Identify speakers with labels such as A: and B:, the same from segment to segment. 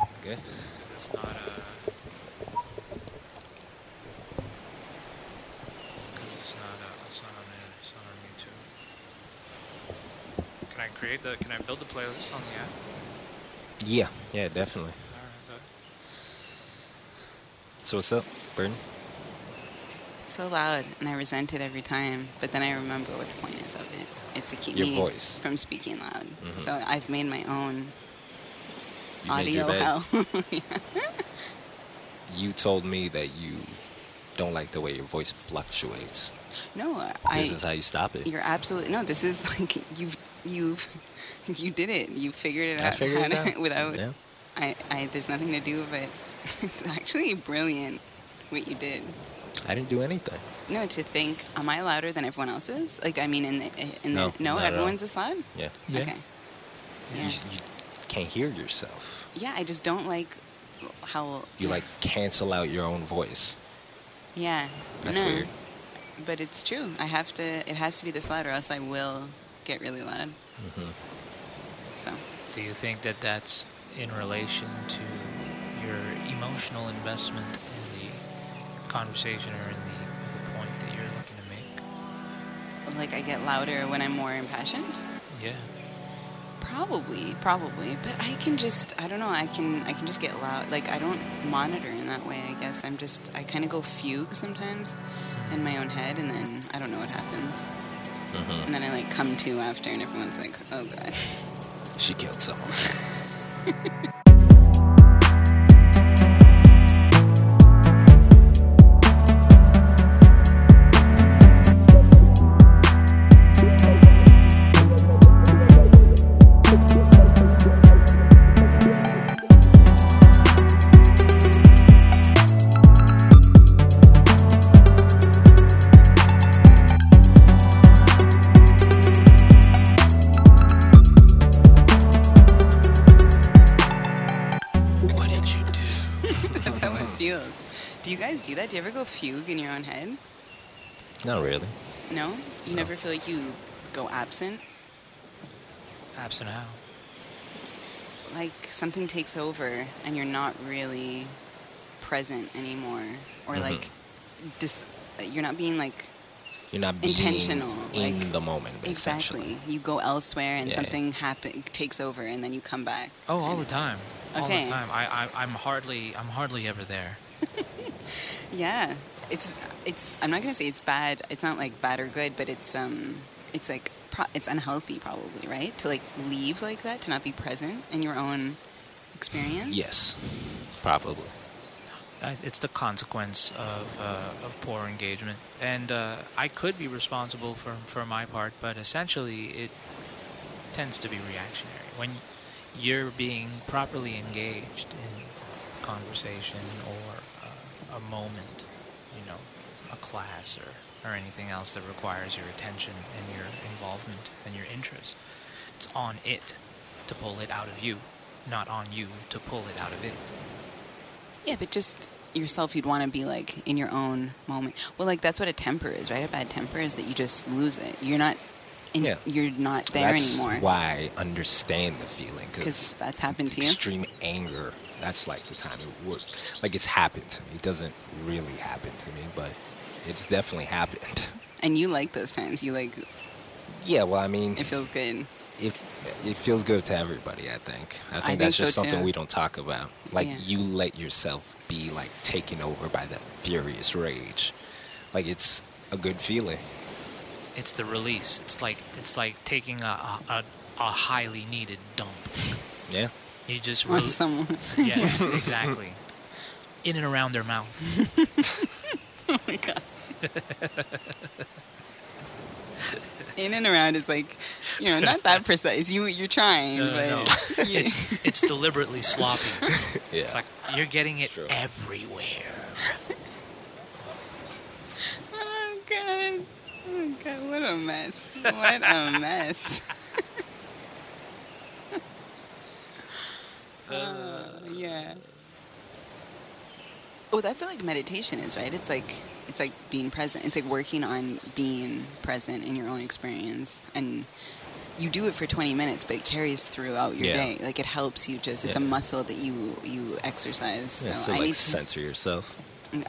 A: Okay.
B: because it's not uh, a. Because it's not a, it's not on the, it's not on YouTube. Can I create the? Can I build the playlist on the app?
A: Yeah. Yeah, definitely.
B: All right, but
A: So what's up, Burton?
C: It's so loud, and I resent it every time. But then I remember what the point is of it. It's to keep
A: Your
C: me
A: voice.
C: from speaking loud.
A: Mhm.
C: So I've made my own
A: You made your
C: audio
A: bed.
C: hell. Yeah.
A: You told me that you don't like the way your voice fluctuates.
C: No,
A: this
C: I.
A: is how you stop it.
C: You're absolutely no. This is like you've you've you did it. You figured it out.
A: I figured it
C: how to-
A: out.
C: without.
A: Yeah.
C: I, I. There's nothing to do, but it's actually brilliant what you did.
A: I didn't do anything.
C: No, to think, am I louder than everyone else's? Like, I mean, in the in
A: No,
C: the no,
A: not at all.
C: everyone's this loud.
A: Yeah.
B: Yeah.
C: Okay.
A: You,
C: Yeah.
A: you can't hear yourself.
C: Yeah, I just don't like how
A: You like cancel out your own voice.
C: Yeah.
A: That's
C: no,
A: weird.
C: But it's true. I have to. It has to be this loud, or else I will get really loud.
A: Mm-hmm.
C: So
B: do you think that that's in relation to your emotional investment in the conversation or in the the point that you're looking to make?
C: like I get louder when I'm more impassioned.
B: Yeah.
C: Probably, probably. But I can just. I don't know. I can. I can just get loud. Like I don't monitor in that way. I guess I'm just. I kind of go fugue sometimes in my own head, and then I don't know what happens.
A: Mm-hmm.
C: And then I like come to after, and everyone's like, "Oh god."
A: She killed someone.
B: What did you do?
C: That's how it feels. Do you guys do that? Do you ever go fugue in your own head?
A: Not really.
C: No? You never feel like you go absent?
B: Absent how?
C: Like something takes over and you're not really present anymore. Or
A: Mm-hmm.
C: like dis- you're not being like
A: You're not being
C: Intentional,
A: in
C: like-
A: the moment. essentially.
C: exactly. You go elsewhere and
A: Yeah.
C: something happen takes over and then you come back.
B: Oh, all the time. All
C: Okay.
B: the time. I, I I'm hardly I'm hardly ever there.
C: Yeah. It's it's I'm not going to say it's bad. It's not like bad or good, but it's um it's like pro- it's unhealthy probably, right? To like leave like that, to not be present in your own experience.
A: Yes. Probably.
B: I- It's the consequence of uh, of poor engagement, and uh, I could be responsible for for my part, but essentially it tends to be reactionary. When you're being properly engaged in conversation or uh, a moment, you know, a class or or anything else that requires your attention and your involvement and your interest, it's on it to pull it out of you, not on you to pull it out of it.
C: Yeah, but just yourself, you'd want to be like in your own moment. Well, like that's what a temper is, right? A bad temper is that you just lose it. You're not, in,
A: Yeah.
C: you're not there
A: that's
C: anymore.
A: why I understand the feeling.
C: Because
A: Because
C: that's happened to you.
A: extreme anger, that's like the time it would. Like it's happened to me. It doesn't really happen to me, but it's definitely happened.
C: And you like those times. You like,
A: yeah, well, I mean,
C: it feels good.
A: it it feels good to everybody. I think. I think
C: think
A: that's just
C: so,
A: something we
C: too.
A: don't talk about. Like
C: Yeah.
A: you let yourself be like taken over by that furious rage. Like it's a good feeling.
B: it's the release. It's like it's like taking a a, a, a highly needed dump.
A: Yeah.
B: You just
C: On
B: rel-
C: someone.
B: yes, exactly. In and around their mouth.
C: oh my God. In and around is like, you know, not that precise. You you're trying,
B: No, no,
C: but
B: no.
C: you-
B: It's it's deliberately sloppy.
A: Yeah.
B: It's like you're getting it
A: True.
B: everywhere.
C: oh god, oh god, what a mess! What a mess! Uh, yeah. Oh, that's what like meditation is, right? It's like it's like being present. It's like working on being present in your own experience and you do it for 20 minutes, but it carries throughout your
A: Yeah.
C: day. Like it helps you just. It's a
A: Yeah.
C: muscle that you you exercise. So,
A: yeah, so
C: I
A: like
C: need to,
A: censor yourself.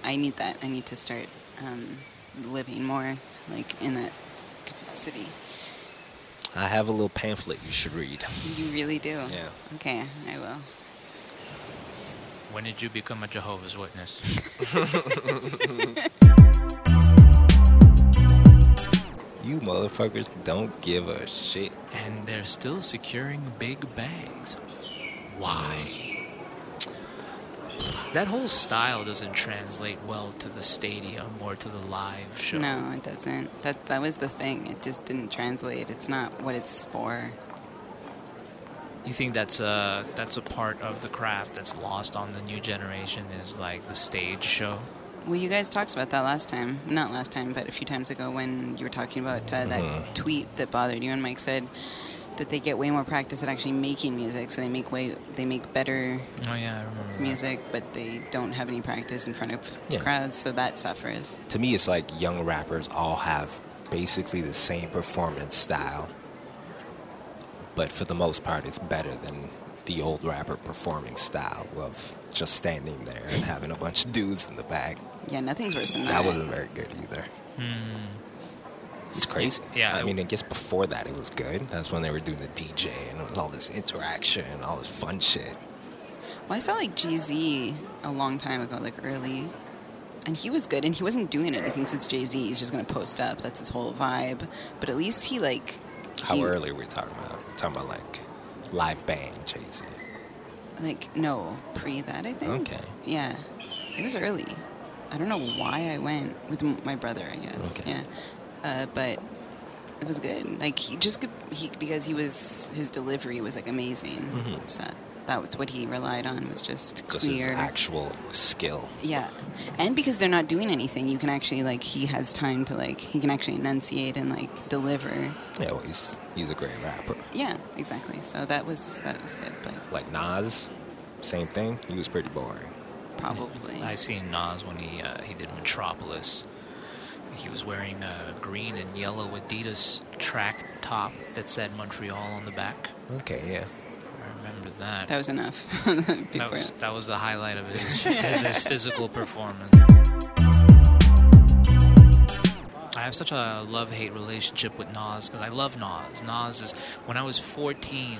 C: I need that. I need to start um, living more like in that capacity.
A: I have a little pamphlet you should read.
C: You really do.
A: Yeah.
C: Okay, I will.
B: When did you become a Jehovah's Witness?
A: You motherfuckers don't give a shit.
B: and they're still securing big bags. Why? That whole style doesn't translate well to the stadium or to the live show.
C: No, it doesn't. That that was the thing. It just didn't translate. It's not what it's for.
B: You think that's a that's a part of the craft that's lost on the new generation is like the stage show.
C: Well, you guys talked about that last time. Not last time, but a few times ago when you were talking about uh, that
A: Mm-hmm.
C: tweet that bothered you and Mike said that they get way more practice at actually making music, so they make way they make better
B: Oh yeah, I remember. that.
C: music, but they don't have any practice in front of
A: Yeah.
C: crowds, so that suffers.
A: To me, it's like young rappers all have basically the same performance style, but for the most part, it's better than the old rapper performing style of just standing there and having a bunch of dudes in the back.
C: Yeah, nothing's worse than that.
A: That wasn't very good either. It's crazy.
B: Yeah,
A: I
B: it-
A: mean, I guess before that it was good. That's when they were doing the DJ and it was all this interaction and all this fun shit.
C: Well, I saw like GZ a long time ago, like early, and he was good, and he wasn't doing anything since Jay Z. He's just gonna post up. That's his whole vibe. But at least he like.
A: How
C: he-
A: early were we talking about? We're talking about like live band, Jay Z.
C: Like no pre that I think.
A: Okay.
C: Yeah, it was early. I don't know why I went with m- my brother. I guess.
A: Okay.
C: Yeah, uh, but it was good. Like he just could, he because he was his delivery was like amazing. So that was what he relied on was just clear.
A: Mm-hmm. Just his actual skill.
C: Yeah, and because they're not doing anything, you can actually like he has time to like he can actually enunciate and like deliver.
A: Yeah, well, he's he's a great rapper.
C: Yeah, exactly. So that was that was good, but
A: Like Nas, same thing. He was pretty boring.
C: probably
B: I seen Nas when he uh, he did Metropolis. He was wearing a green and yellow Adidas track top that said Montreal on the back.
A: Okay, yeah.
B: I remember that.
C: that was enough. People
B: That
C: were-
B: was, that was the highlight of his, of his physical performance. I have such a love hate relationship with Nas because I love Nas. Nas is, when I was 14,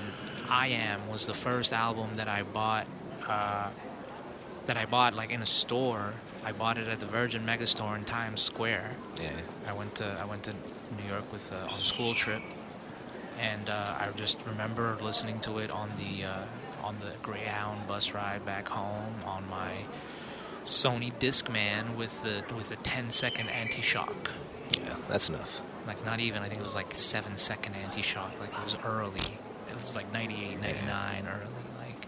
B: I Am was the first album that I bought, uh, that I bought like in a store. I bought it at the Virgin Megastore in Times Square.
A: Yeah.
B: I went to I went to New York with uh, on a school trip, and uh, I just remember listening to it on the uh, on the Greyhound bus ride back home on my Sony Discman with the with the 10 second anti shock.
A: Yeah, that's enough.
B: Like not even I think it was like seven second anti shock. Like it was early. It was like 98, 99 early. Like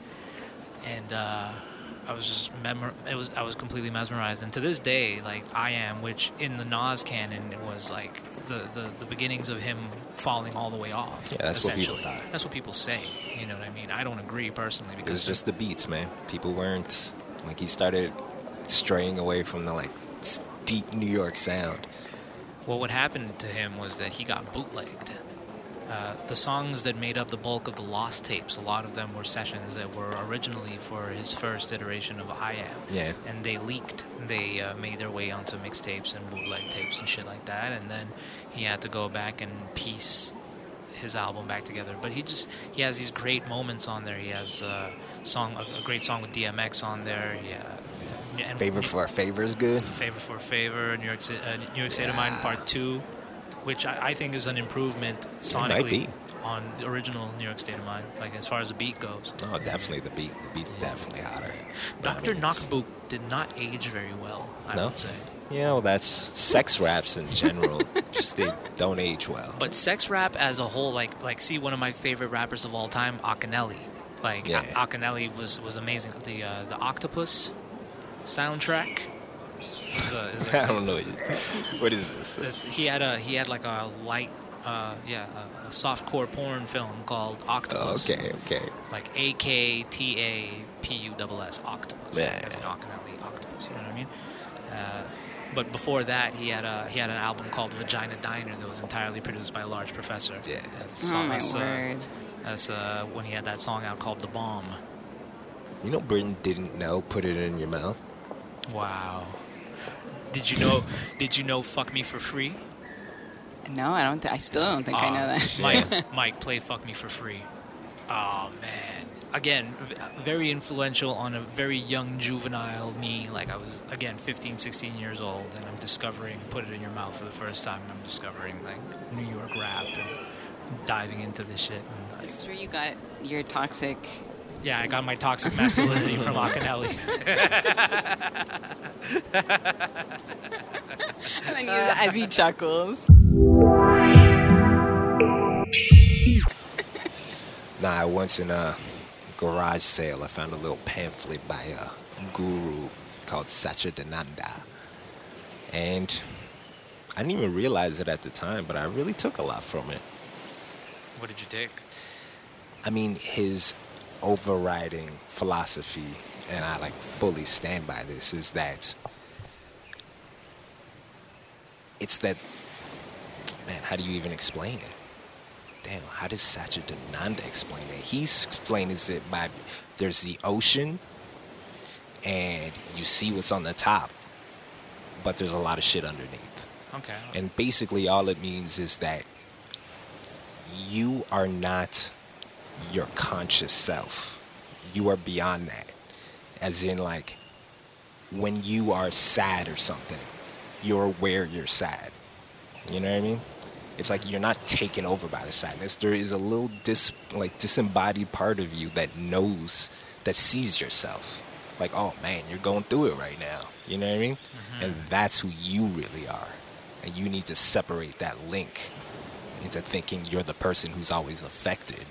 B: and uh, I was just memor- it was I was completely mesmerized. And to this day, like I am, which in the Nas canon it was like the, the, the beginnings of him falling all the way off.
A: Yeah, that's what people
B: essentially.
A: thought.
B: That's what people say. You know what I mean? I don't agree personally
A: It
B: because
A: was just the beats, man. People weren't like he started straying away from the like s- deep New York sound.
B: Well, what happened to him was that he got bootlegged. Uh, the songs that made up the bulk of the Lost tapes, a lot of them were sessions that were originally for his first iteration of I Am.
A: Yeah.
B: And they leaked. They uh, made their way onto mixtapes and bootleg tapes and shit like that. And then he had to go back and piece his album back together. But he just he has these great moments on there. He has uh, song a, a great song with DMX on there. Yeah. And-
A: Favor for a favor is good.
B: Favor for Favor, New York, Ci- uh, New York State of Mind Part Two, which I, I think is an improvement sonically
A: might be.
B: on the original New York State of Mind, like as far as the beat goes.
A: No, Oh, definitely the beat. The beat's definitely hotter. But I
B: Doctor
A: mean, it's-
B: Knockbook did not age very well. I
A: No?
B: would say.
A: Yeah, well, that's sex raps in general. just they don't age well.
B: But sex rap as a whole, like like see one of my favorite rappers of all time, Akinelli. Like
A: Yeah.
B: A- Akinelli was was amazing. The uh, the Octopus soundtrack. Is a, is a-
A: I don't know. what- What is this?
B: that he had a he had like a light uh, yeah a, a softcore porn film called
A: Oh,
B: Octopus.
A: okay, okay.
B: Like A K T A P U S S Octopus.
A: Yeah.
B: As in Octonelli Octopus. You know what I mean? Uh, But before that, he had a he had an album called Vagina Diner that was entirely produced by Large Professor.
A: Yeah.
B: that's the
C: Oh
B: song.
C: my
B: that's, uh,
C: word.
B: that's uh, when he had that song out called The Bomb.
A: You know, Britain didn't know. Put it in your mouth.
B: Wow. Did you know? did you know? Fuck me for free.
C: No, I don't. Th- I still don't think I know
B: Uh,
C: that.
B: Mike, Mike, play "Fuck Me for Free." Oh man! Again, v- very influential on a very young juvenile me. Like I was again 15, 16 years old, and I'm discovering "Put It in Your Mouth" for the first time. I'm discovering like New York rap and diving into this shit. And, like,
C: This is where you got your toxic.
B: yeah, I got my toxic masculinity from Akinelli.
C: And then use as he chuckles.
A: Nah, I once in a garage sale, I found a little pamphlet by a guru called Satchidananda. And I didn't even realize it at the time, but I really took a lot from it.
B: What did you take?
A: I mean, his overriding philosophy, and I like fully stand by this, is that it's that man. How do you even explain it? Damn, how does Satchidananda explain it? He explains it by there's the ocean, and you see what's on the top, but there's a lot of shit underneath.
B: Okay.
A: And basically, all it means is that you are not your conscious self. You are beyond that. As in, like, when you are sad or something, you're aware you're sad. You know what I mean? It's like you're not taken over by the sadness. There is a little dis, like disembodied part of you that knows, that sees yourself. Like, oh man, you're going through it right now. You know what I mean? And that's who you really are. And you need to separate that link into thinking you're the person who's always affected.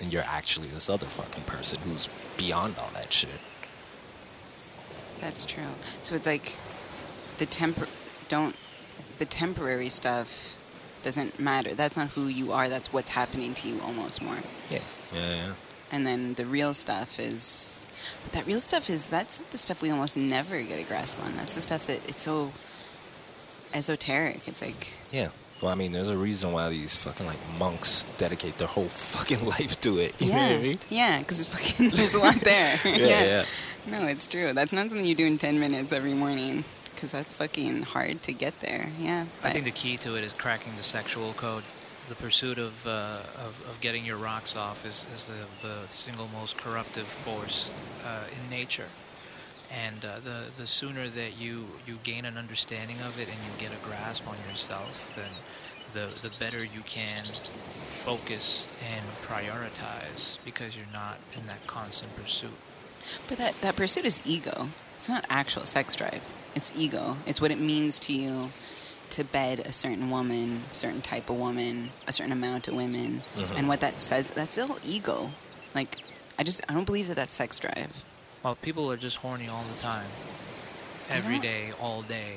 A: And you're actually this other fucking person who's beyond all that shit.
C: That's true. So it's like the tempor don't the temporary stuff doesn't matter. That's not who you are. That's what's happening to you almost more.
A: Yeah. Yeah, yeah.
C: And then the real stuff is but that real stuff is that's the stuff we almost never get a grasp on. That's the stuff that it's so esoteric. It's like
A: Yeah. Well, I mean, there's a reason why these fucking like monks dedicate their whole fucking life to it. You know what I
C: yeah,
A: mean?
C: yeah, because it's fucking. There's a lot there.
A: Yeah, yeah.
C: No, it's true. That's not something you do in ten minutes every morning, because that's fucking hard to get there. Yeah.
B: I
C: but-
B: think the key to it is cracking the sexual code. The pursuit of, uh, of, of getting your rocks off is, is the, the single most corruptive force uh, in nature. And uh, the, the sooner that you, you gain an understanding of it and you get a grasp on yourself, then the, the better you can focus and prioritize because you're not in that constant pursuit.
C: But that, that pursuit is ego. It's not actual sex drive. It's ego. It's what it means to you to bed a certain woman, certain type of woman, a certain amount of women, and what that says. That's still ego. Like, I just I don't believe that that's sex drive.
B: Well, people are just horny all the time, every day, all day,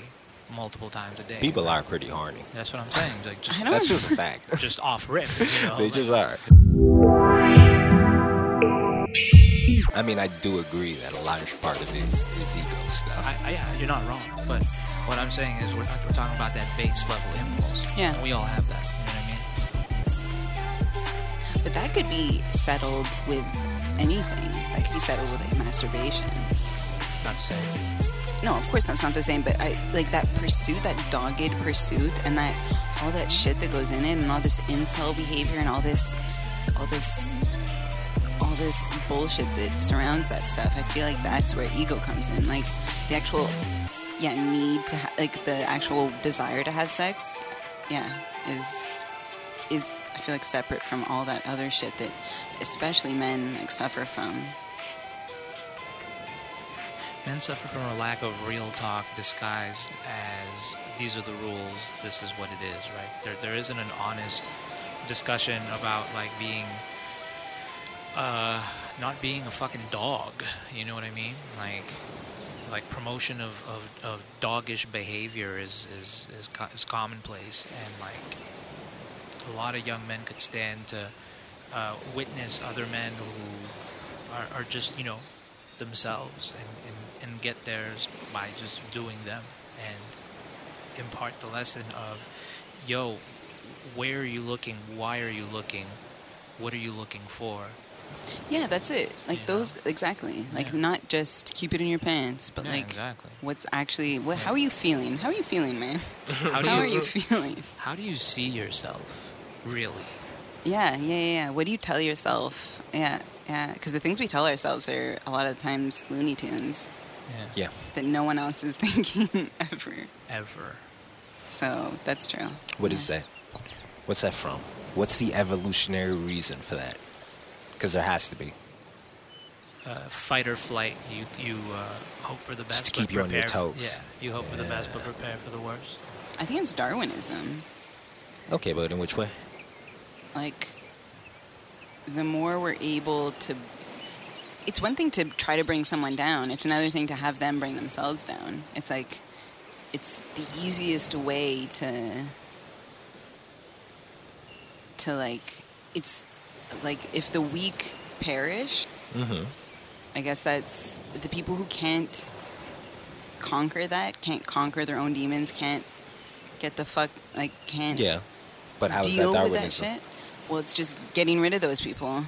B: multiple times a day.
A: People are pretty horny.
B: That's what I'm Oh saying. Like just,
C: I don't-
A: That's just a fact.
B: just off rip. You know?
A: they
B: like,
A: just are. I mean, I do agree that a large part of it is ego
B: I,
A: stuff.
B: I, yeah, you're not wrong. But what I'm saying is, we're, we're talking about that base level impulse.
C: Yeah.
B: And we all have that. You know what I mean?
C: But that could be settled with anything. That could be settled with like masturbation.
B: Not to say.
C: No, of course that's not the same. But I like that pursuit, that dogged pursuit, and that all that shit that goes in it, and all this incel behavior, and all this, all this, all this bullshit that surrounds that stuff. I feel like that's where ego comes in. Like the actual, yeah, need to ha- like the actual desire to have sex. Yeah, is is I feel like separate from all that other shit that, especially men like suffer from.
B: Men suffer from a lack of real talk disguised as these are the rules, this is what it is, right? There, there isn't an honest discussion about like being, uh, not being a fucking dog. You know what I mean? Like, like promotion of, of, of doggish behavior is, is, is, co- is commonplace and like a lot of young men could stand to uh, witness other men who are, are just you know themselves and, and, and get theirs by just doing them and impart the lesson of, yo, where are you looking? Why are you looking? What are you looking for?
C: Yeah, that's it. Like
B: Yeah.
C: those exactly. Like
B: Yeah.
C: not just keep it in your pants, but
B: Yeah,
C: like
B: exactly.
C: what's actually what how are you feeling? How are you feeling, man?
B: How do
C: How
B: you,
C: are you feeling?
B: How do you see yourself, really?
C: Yeah, yeah, yeah, yeah. What do you tell yourself? Yeah, yeah. Because the things we tell ourselves are a lot of times Looney Tunes
A: Yeah.
C: that no one else is thinking ever.
B: Ever.
C: So that's true.
A: What is that? What's that from? What's the evolutionary reason for that? Because there has to be.
B: uh, fight or flight. You you uh, hope for the best,
A: Just
B: but
A: to keep you on your
B: prepare f-
A: toes.
B: yeah, you hope for the best, but
A: Yeah.
B: prepare for the worst.
C: I think it's Darwinism.
A: Okay, but in which way?
C: Like, the more we're able to. It's one thing to try to bring someone down, it's another thing to have them bring themselves down. It's like, it's the easiest way to. To like. It's like if the weak perish,
A: Mm-hmm.
C: I guess that's the people who can't conquer that, can't conquer their own demons, can't get the fuck, like, can't
A: Yeah. But how is
C: deal
A: that
C: with that
A: Darwinism?
C: shit. Well, it's just getting rid of those people.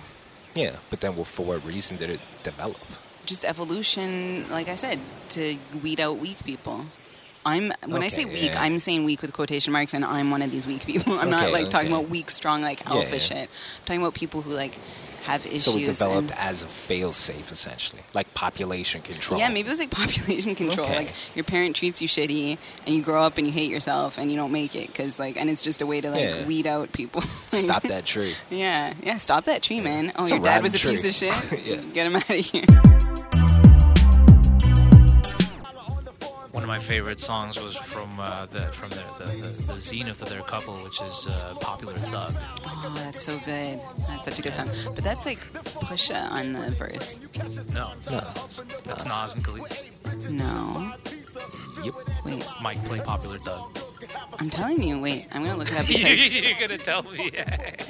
A: Yeah, but then well, for what reason did it develop?
C: Just evolution, like I said, to weed out weak people. I'm when I say
A: Okay,
C: weak,
A: yeah.
C: I'm saying weak with quotation marks, and I'm one of these weak people. I'm not
A: Okay,
C: like talking
A: okay.
C: about weak, strong, like
A: Yeah,
C: alpha
A: yeah.
C: shit. I'm talking about people who like have issues.
A: so it developed
C: and-
A: as a fail-safe, essentially, like population control.
C: Yeah, maybe it was like population control.
A: Okay.
C: Like your parent treats you shitty, and you grow up and you hate yourself, and you don't make it because like, and it's just a way to like
A: Yeah.
C: weed out people.
A: Stop that tree.
C: Yeah, yeah. Stop that tree, man. Oh,
A: It's a
C: your
A: rotten
C: dad was a piece
A: tree.
C: of shit.
A: Yeah.
C: Get him out of here.
B: One of my favorite songs was from uh, the from the, the, the, the zenith of their couple, which is uh, Popular Thug.
C: Oh, that's so good. That's such a good song. But that's like Pusha on the verse.
B: No, that's Nas and Khalees.
C: No,
A: Yep.
C: wait.
B: Mike play Popular Thug.
C: I'm telling you. Wait, I'm gonna look it up because
B: You're gonna tell me.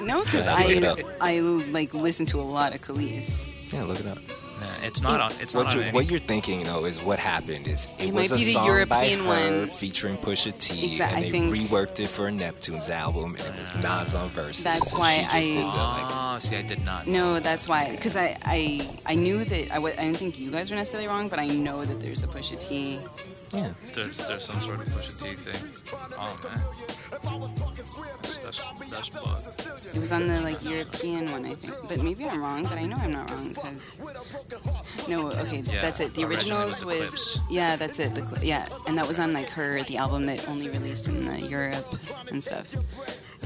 C: no, because
A: Yeah, look it
C: I
A: up.
C: I like listen to a lot of Khalees.
A: Yeah, look it up.
B: Nah, it's not on. It's
A: what,
B: not
A: you,
B: on.
A: what
B: any-
A: you're thinking though is what happened is it,
C: It
A: was
C: might
A: a
C: be the
A: song
C: European
A: by her
C: one.
A: featuring Pusha T,
C: Exa- I
A: and they
C: think-
A: reworked it for a Neptune's album, and it was Nas on verses.
C: That's
A: and
C: why
A: she just
C: I-
A: did the, like,
B: Ah, see, I did not.
C: No, that's why. Because I, I I knew that I w- I didn't think you guys were necessarily wrong, but I know that there's a Pusha T.
A: yeah.
B: There's there's some sort of Pusha T thing. Oh man, that's that's, that's bug.
C: It was on the like European one, I think. But maybe I'm wrong. But I know I'm not wrong because no, okay,
B: Yeah,
C: that's it. The
B: originally
C: originals
B: with the
C: with
B: clips.
C: yeah, that's it. The cl- yeah, and that was on like her the album that only released in uh, Europe and stuff.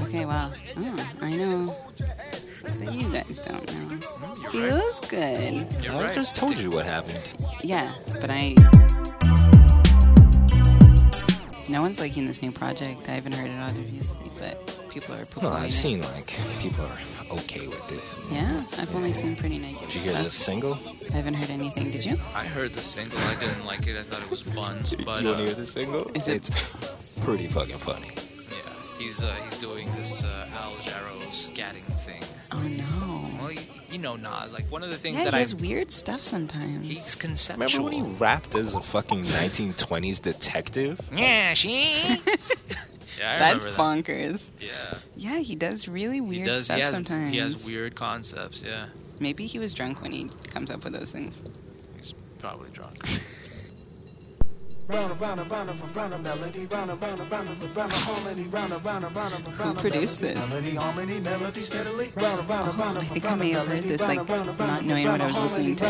C: Okay, wow. Oh, I know. Something you guys don't know.
B: Mm,
C: Feels good.
B: You're
A: I
B: right.
A: just told you what happened.
C: Yeah, but I. No one's liking this new project. I haven't heard it obviously, but people are.
A: No,
C: poo-pooing
A: I've
C: it.
A: seen like people are okay with it.
C: Yeah, I've only seen pretty negative
A: Did you hear the
C: stuff.
A: single?
C: I haven't heard anything. Did you?
B: I heard the single. I didn't like it. I thought it was buns, but
A: you wanna
B: uh,
A: hear the single?
C: Is it-
A: It's pretty fucking funny.
B: yeah, he's uh, he's doing this uh, Al Jarreau scatting thing.
C: Oh no.
B: Well, you, you know Nas. Like one of the things
C: Yeah, he
B: that I
C: has weird stuff sometimes.
B: he's
A: Remember
B: conceptual.
A: when he rapped as a fucking 1920s detective?
B: yeah, she. yeah, I
C: That's
B: remember that.
C: bonkers.
B: Yeah,
C: Yeah, he does really
B: he
C: weird
B: does.
C: stuff
B: he has
C: sometimes.
B: he has weird concepts. Yeah,
C: Maybe he was drunk when he comes up with those things.
B: he's probably drunk.
D: Who
C: produced this?
D: I
C: think I may have heard this, like, not knowing what I was listening
D: to.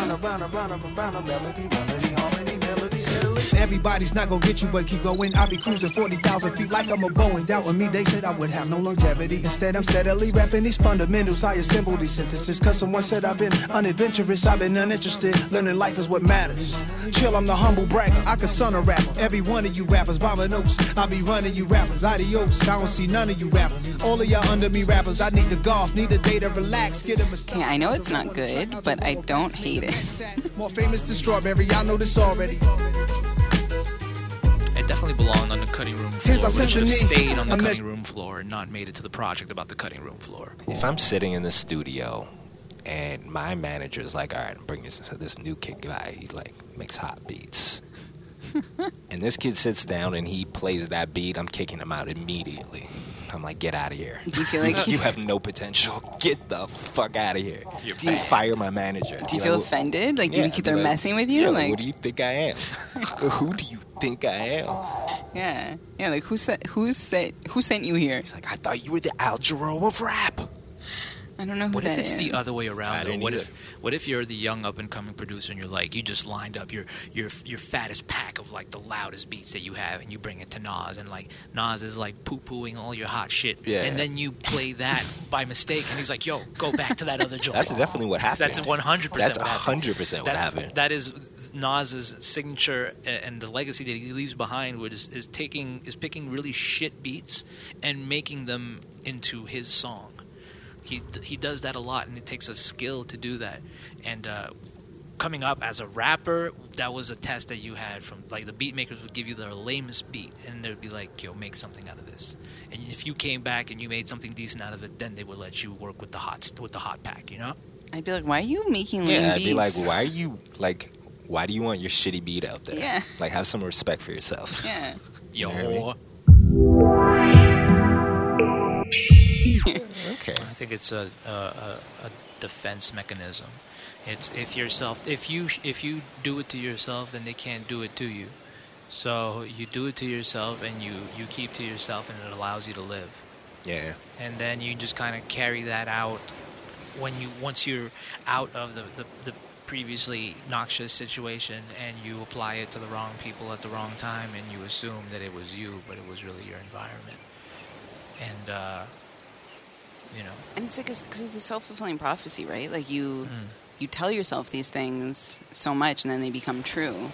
E: Everybody's not gonna get you, but keep going. I be cruising 40,000 feet like I'm a Boeing. Doubting me, they said I would have no longevity. Instead, I'm steadily rapping these fundamentals. I assemble these sentences, cause someone said I've been unadventurous. I've been uninterested. Learning life is what matters. Chill, I'm the humble bragger. I can son a rapper. Every one of you rappers, vomit notes. I be running you rappers. Adios, I don't see none of you rappers. All of y'all under me rappers. I need to golf, need a day to relax, get a massage.
C: Okay, I know it's not good, but I don't hate it.
E: More famous than strawberry, y'all know this already.
B: It definitely belonged on the cutting room
E: Here's
B: floor.
E: our
B: But it should have
E: symphony.
B: stayed on the
E: I meas-
B: cutting room floor and not made it to the project about the cutting room floor.
A: If I'm sitting in the studio And my manager is like, all right, I'm bringing this, this new kid guy. He like makes hot beats. and this kid sits down and he plays that beat. I'm kicking him out immediately. I'm like, get out of here.
C: Do you feel like
A: you have no potential. Get the fuck out of here.
B: You're
A: Do you
B: bad.
A: fire my manager?
C: do you
A: Like,
C: feel
A: "Well,
C: offended? Like do
A: yeah,"
C: you
A: I'd be
C: think they're
A: like,
C: messing with you?
A: "Yeah,
C: like
A: what do you think I am? Who do you think I am?
C: yeah, yeah. Like who sent who sent who sent you here?
A: He's like, I thought you were the Al Jarreau of rap.
C: I don't know who
B: What if
C: that
B: it's
C: is.
B: the other way
A: I
B: around? Though?
A: didn't
B: What
A: either.
B: if what if you're the young up and coming producer and you're like you just lined up your your your fattest pack of like the loudest beats that you have and you bring it to Nas and like Nas is like poo pooing all your hot shit
A: Yeah.
B: and then you play that by mistake and he's like yo go back to that other joint.
A: That's definitely what happened.
B: That's 100%
A: That's
B: what happened.
A: 100% what
B: That's,
A: happened.
B: That is Nas's signature a- and the legacy that he leaves behind, which is, is taking is picking really shit beats and making them into his song. He he does that a lot, and it takes a skill to do that. And uh, coming up as a rapper, that was a test that you had from like the beat makers would give you their lamest beat, and they'd be like, "Yo, make something out of this." And if you came back and you made something decent out of it, then they would let you work with the hot with the hot pack, you know.
C: I'd be like, why are you making lame
A: yeah, I'd be like,
C: beats?
A: why are you like, why do you want your shitty beat out there?
C: Yeah.
A: Like, have some respect for yourself.
C: Yeah.
B: Yo,
A: You know what Okay.
B: I think it's a, a, a, a defense mechanism. It's if yourself if you if you do it to yourself, then they can't do it to you. So you do it to yourself, and you you keep to yourself, and it allows you to live.
A: Yeah.
B: And then you just kind of carry that out when you once you're out of the, the, the previously noxious situation and you apply it to the wrong people at the wrong time and you assume that it was you but it was really your environment and uh, you know
C: And it's like a, cause it's a self-fulfilling prophecy, right? Like you
A: Mm.
C: you tell yourself these things so much and then they become true.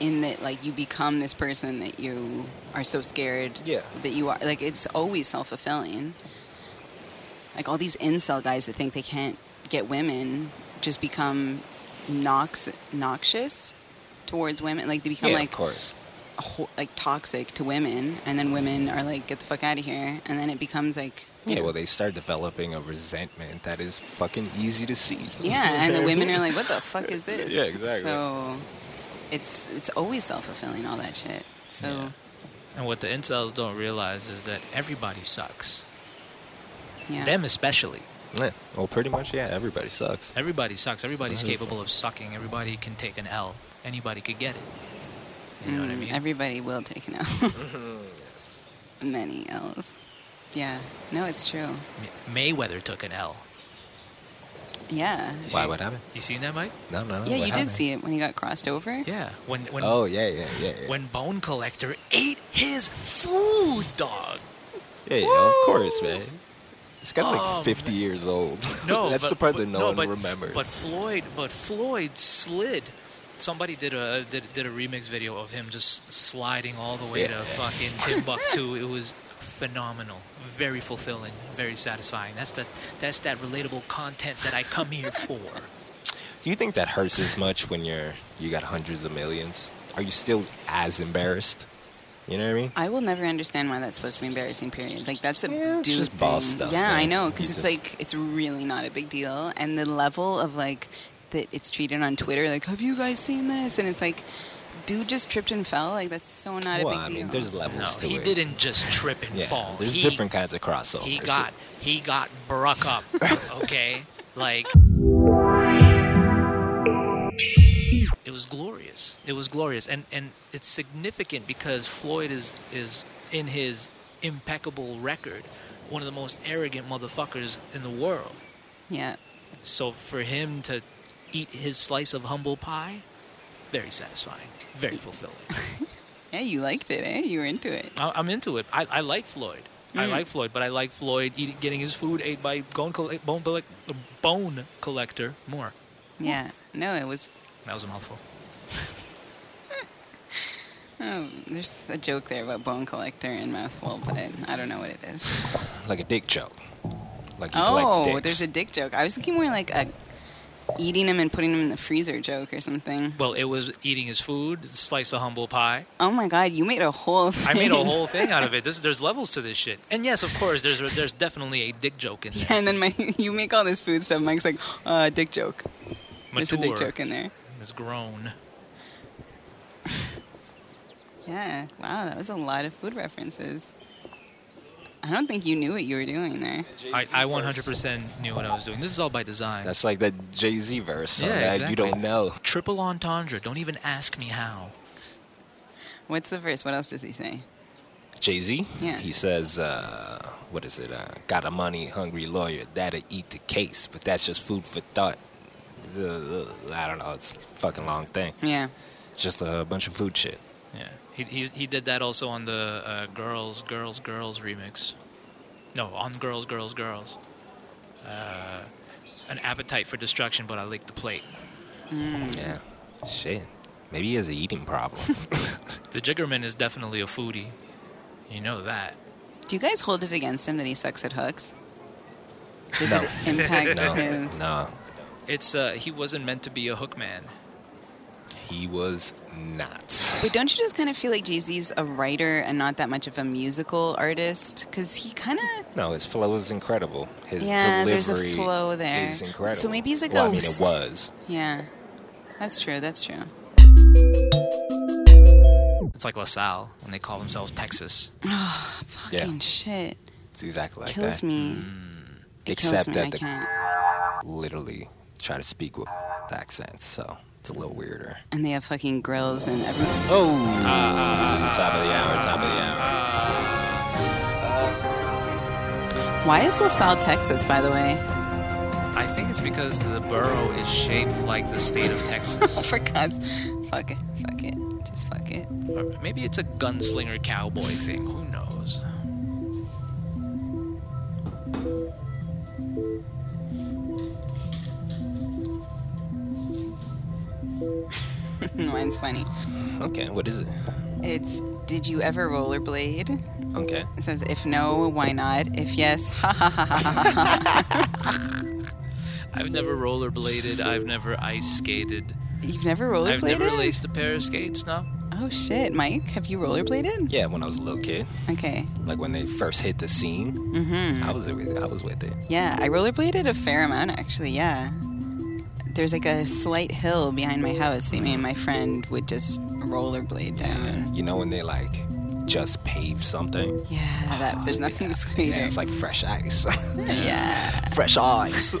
C: In that like you become this person that you are so scared
A: Yeah.
C: that you are like it's always self-fulfilling. Like all these incel guys that think they can't get women just become nox- noxious towards women like they become
A: yeah,
C: like
A: of course.
C: ho- like toxic to women, and then women are like, "Get the fuck out of here," and then it becomes like,
A: Yeah, well, they start developing a resentment that is fucking easy to see.
C: yeah, and the women are like, "What the fuck is this?"
A: Yeah, exactly.
C: So it's it's always self fulfilling all that shit. So
B: And what the incels don't realize is that everybody sucks.
C: yeah,
B: Them especially.
A: Yeah. Well, pretty much, yeah, everybody sucks.
B: Everybody sucks. Everybody's
A: That is
B: capable of sucking. Everybody can take an L. Anybody could get it. You know what I
C: Mm,
B: mean?
C: everybody will take an L.
A: Mm-hmm,
C: Many L's. Yeah, no, it's true.
B: Mayweather took an L.
C: Yeah,
A: Why? What happened?
B: You seen that, Mike?
A: No, no, no.
C: yeah,
A: what
C: you did
A: happened?
C: see it when he got crossed over.
B: Yeah. When when
A: Oh, yeah, yeah, yeah. yeah.
B: when Bone Collector ate his food, dog.
A: Yeah, yeah, of course, man. This guy's
B: Oh,
A: like 50 years old.
B: No,
A: that's
B: but,
A: the part
B: but-
A: that no, one
B: but,
A: remembers.
B: But Floyd, but Floyd slid. Somebody did a did, did a remix video of him just sliding all the way
A: Yeah.
B: to fucking Timbuktu. it was phenomenal, very fulfilling, very satisfying. That's that that's that relatable content that I come here for.
A: Do you think that hurts as much when you're you got hundreds of millions? Are you still as embarrassed? You know what I mean?
C: I will never understand why that's supposed to be embarrassing. Period. Like that's a
A: Yeah, it's
C: dude
A: just boss
C: thing.
A: stuff,
C: Yeah, I
A: man.
C: know
A: You
C: because it's
A: just-
C: like it's really not a big deal, and the level of like that it's treated on Twitter, like have you guys seen this? And it's like, dude just tripped and fell. Like that's so not
A: well,
C: a big
A: I
C: deal.
A: mean, there's
B: No,
A: levels to
B: he
A: it.
B: didn't just trip and
A: yeah,
B: fall.
A: There's
B: He-
A: different kinds of crossovers.
B: He got he got bruck up. Okay, like it was glorious. It was glorious, and and it's significant because Floyd is is in his impeccable record, one of the most arrogant motherfuckers in the world.
C: yeah,
B: So for him to eat his slice of humble pie, very satisfying, very fulfilling.
C: yeah, you liked it, eh? You were into it.
B: I- I'm into it. I, I like Floyd. I
C: Mm.
B: like Floyd, but I like Floyd eating, getting his food ate by bone, colle- bone, bone, bone collector more.
C: Yeah, no, it was.
B: That was a mouthful.
C: Oh, there's a joke there about bone collector and mouthful, but I don't know what it is.
A: like a dick joke. Like he collects
C: oh,
A: dicks.
C: there's a dick joke. I was thinking more like a eating him and putting him in the freezer joke or something.
B: Well, it was eating his food, the slice of humble pie.
C: Oh my god, you made a whole. Thing.
B: I made a whole thing out of it. This, there's levels to this shit. And yes, of course, there's there's definitely a dick joke in there.
C: And then my, you make all this food stuff. Mike's like, uh, dick joke. There's a dick
B: Mature.
C: joke in there.
B: It's grown.
C: Yeah. Wow, that was a lot of food references. I don't think you knew what you were doing there.
B: I, I 100% knew what I was doing. This is all by design.
A: That's like that Jay Z verse so
B: Yeah,
A: that you
B: exactly.
A: don't know.
B: Triple entendre. Don't even ask me how.
C: What's the verse? What else does he say?
A: Jay Z.
C: Yeah.
A: He says, uh, "What is it? Uh, got a money hungry lawyer that'll eat the case, but that's just food for thought." Ugh, I don't know. It's a fucking long thing.
C: Yeah.
A: Just a bunch of food shit.
B: Yeah. He, he, he did that also on the uh, Girls, Girls, Girls remix. No, on Girls, Girls, Girls. Uh, an appetite for destruction, but I licked the plate.
A: Yeah. Shit. Maybe he has an eating problem.
B: The Jiggerman is definitely a foodie. You know that.
C: Do you guys hold it against him that he sucks at hooks? Does
A: No.
C: it impact
A: no.
C: his?
A: No.
B: It's uh, he wasn't meant to be a hook man.
A: He was not.
C: But don't you just kind of feel like Jay-Z's a writer and not that much of a musical artist? Because he kind of
A: No, his flow is incredible. His
C: Yeah,
A: delivery
C: there's a flow there.
A: is incredible.
C: So maybe he's like,
A: well,
C: oh,
A: I mean,
C: s-
A: it was.
C: yeah. That's true. That's true.
B: It's like LaSalle when they call themselves Texas.
A: Yeah,
C: Fucking shit
A: it's exactly like
C: kills
A: that. Mm.
C: me. It kills
A: Except
C: me.
A: that
C: I
A: the
C: can't.
A: literally try to speak with accents, so it's a little weirder.
C: And they have fucking grills and everything.
A: Oh, top of the hour, top of the hour.
C: Why is LaSalle, Texas, by the way?
B: I think it's because the borough is shaped like the state of Texas.
C: For God's fuck it, fuck it, just fuck it.
B: or maybe it's a gunslinger cowboy thing. Who knows?
C: Mine's funny.
A: Okay, what is it?
C: It's did you ever rollerblade?
A: Okay,
C: It says if no, why not? If yes, ha ha ha ha. ha.
B: I've never rollerbladed. I've never ice skated.
C: You've never
B: I've
C: rollerbladed?
B: never laced a pair of skates. No.
C: oh shit, Mike, have you rollerbladed?
A: yeah, when I was a little kid,
C: Okay,
A: like when they first hit the scene,
C: Mm-hmm.
A: I was with it. I was with it.
C: yeah, I rollerbladed a fair amount actually. Yeah, there's like a slight hill behind my house that me and my friend would just rollerblade down.
A: You know when they like just paved something.
C: Yeah, that, there's nothing sweeter.
A: Yeah, it's like fresh ice,
C: yeah.
A: fresh ice.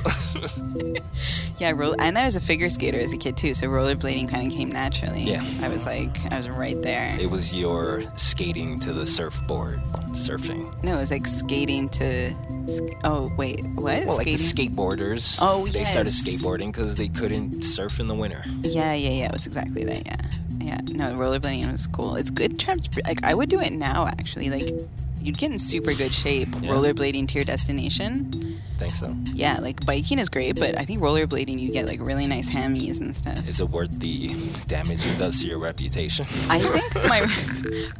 C: Yeah, roll- and I was a figure skater as a kid too, so rollerblading kind of came naturally.
A: Yeah.
C: I was like, I was right there.
A: it was your skating to the surfboard, surfing.
C: No, it was like skating to. sk- Oh wait, what?
A: Well,
C: skating?
A: like the skateboarders.
C: Oh,
A: They started
C: yes.
A: skateboarding because they couldn't surf in the winter.
C: yeah, yeah, yeah. It was exactly that. Yeah, yeah. No, rollerblading was cool. It's good. Traps, like I would do it now. Actually, like you'd get in super good shape rollerblading to your destination.
A: Think so?
C: Yeah, like biking is great, but I think rollerblading you get like really nice hammies and stuff.
A: Is it worth the damage it does to your reputation?
C: I think my,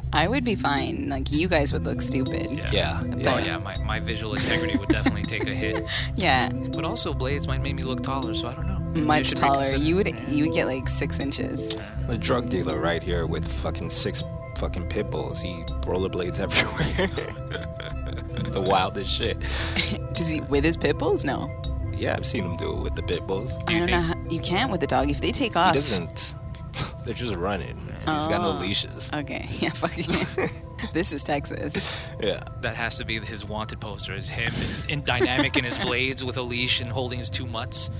C: I would be fine. Like you guys would look stupid.
A: Yeah.
B: Oh yeah, my, my visual integrity would definitely take a hit.
C: yeah.
B: But also blades might make me look taller, so I don't know. Maybe I
C: much
B: should
C: taller.
B: reconsider.
C: You would you would get like six inches.
A: The drug dealer right here with fucking six fucking pit bulls. He rollerblades everywhere. the wildest shit.
C: Does he with his pit bulls? No,
A: Yeah, I've seen him do it with the pit bulls.
C: I don't know. How, you can't with a dog if they take off.
A: He doesn't. They're just running. He's got
C: Oh.
A: no leashes.
C: Okay, yeah, fuck it. this is Texas.
A: Yeah.
B: That has to be his wanted poster. Is him in, in dynamic in his blades with a leash and holding his two mutts.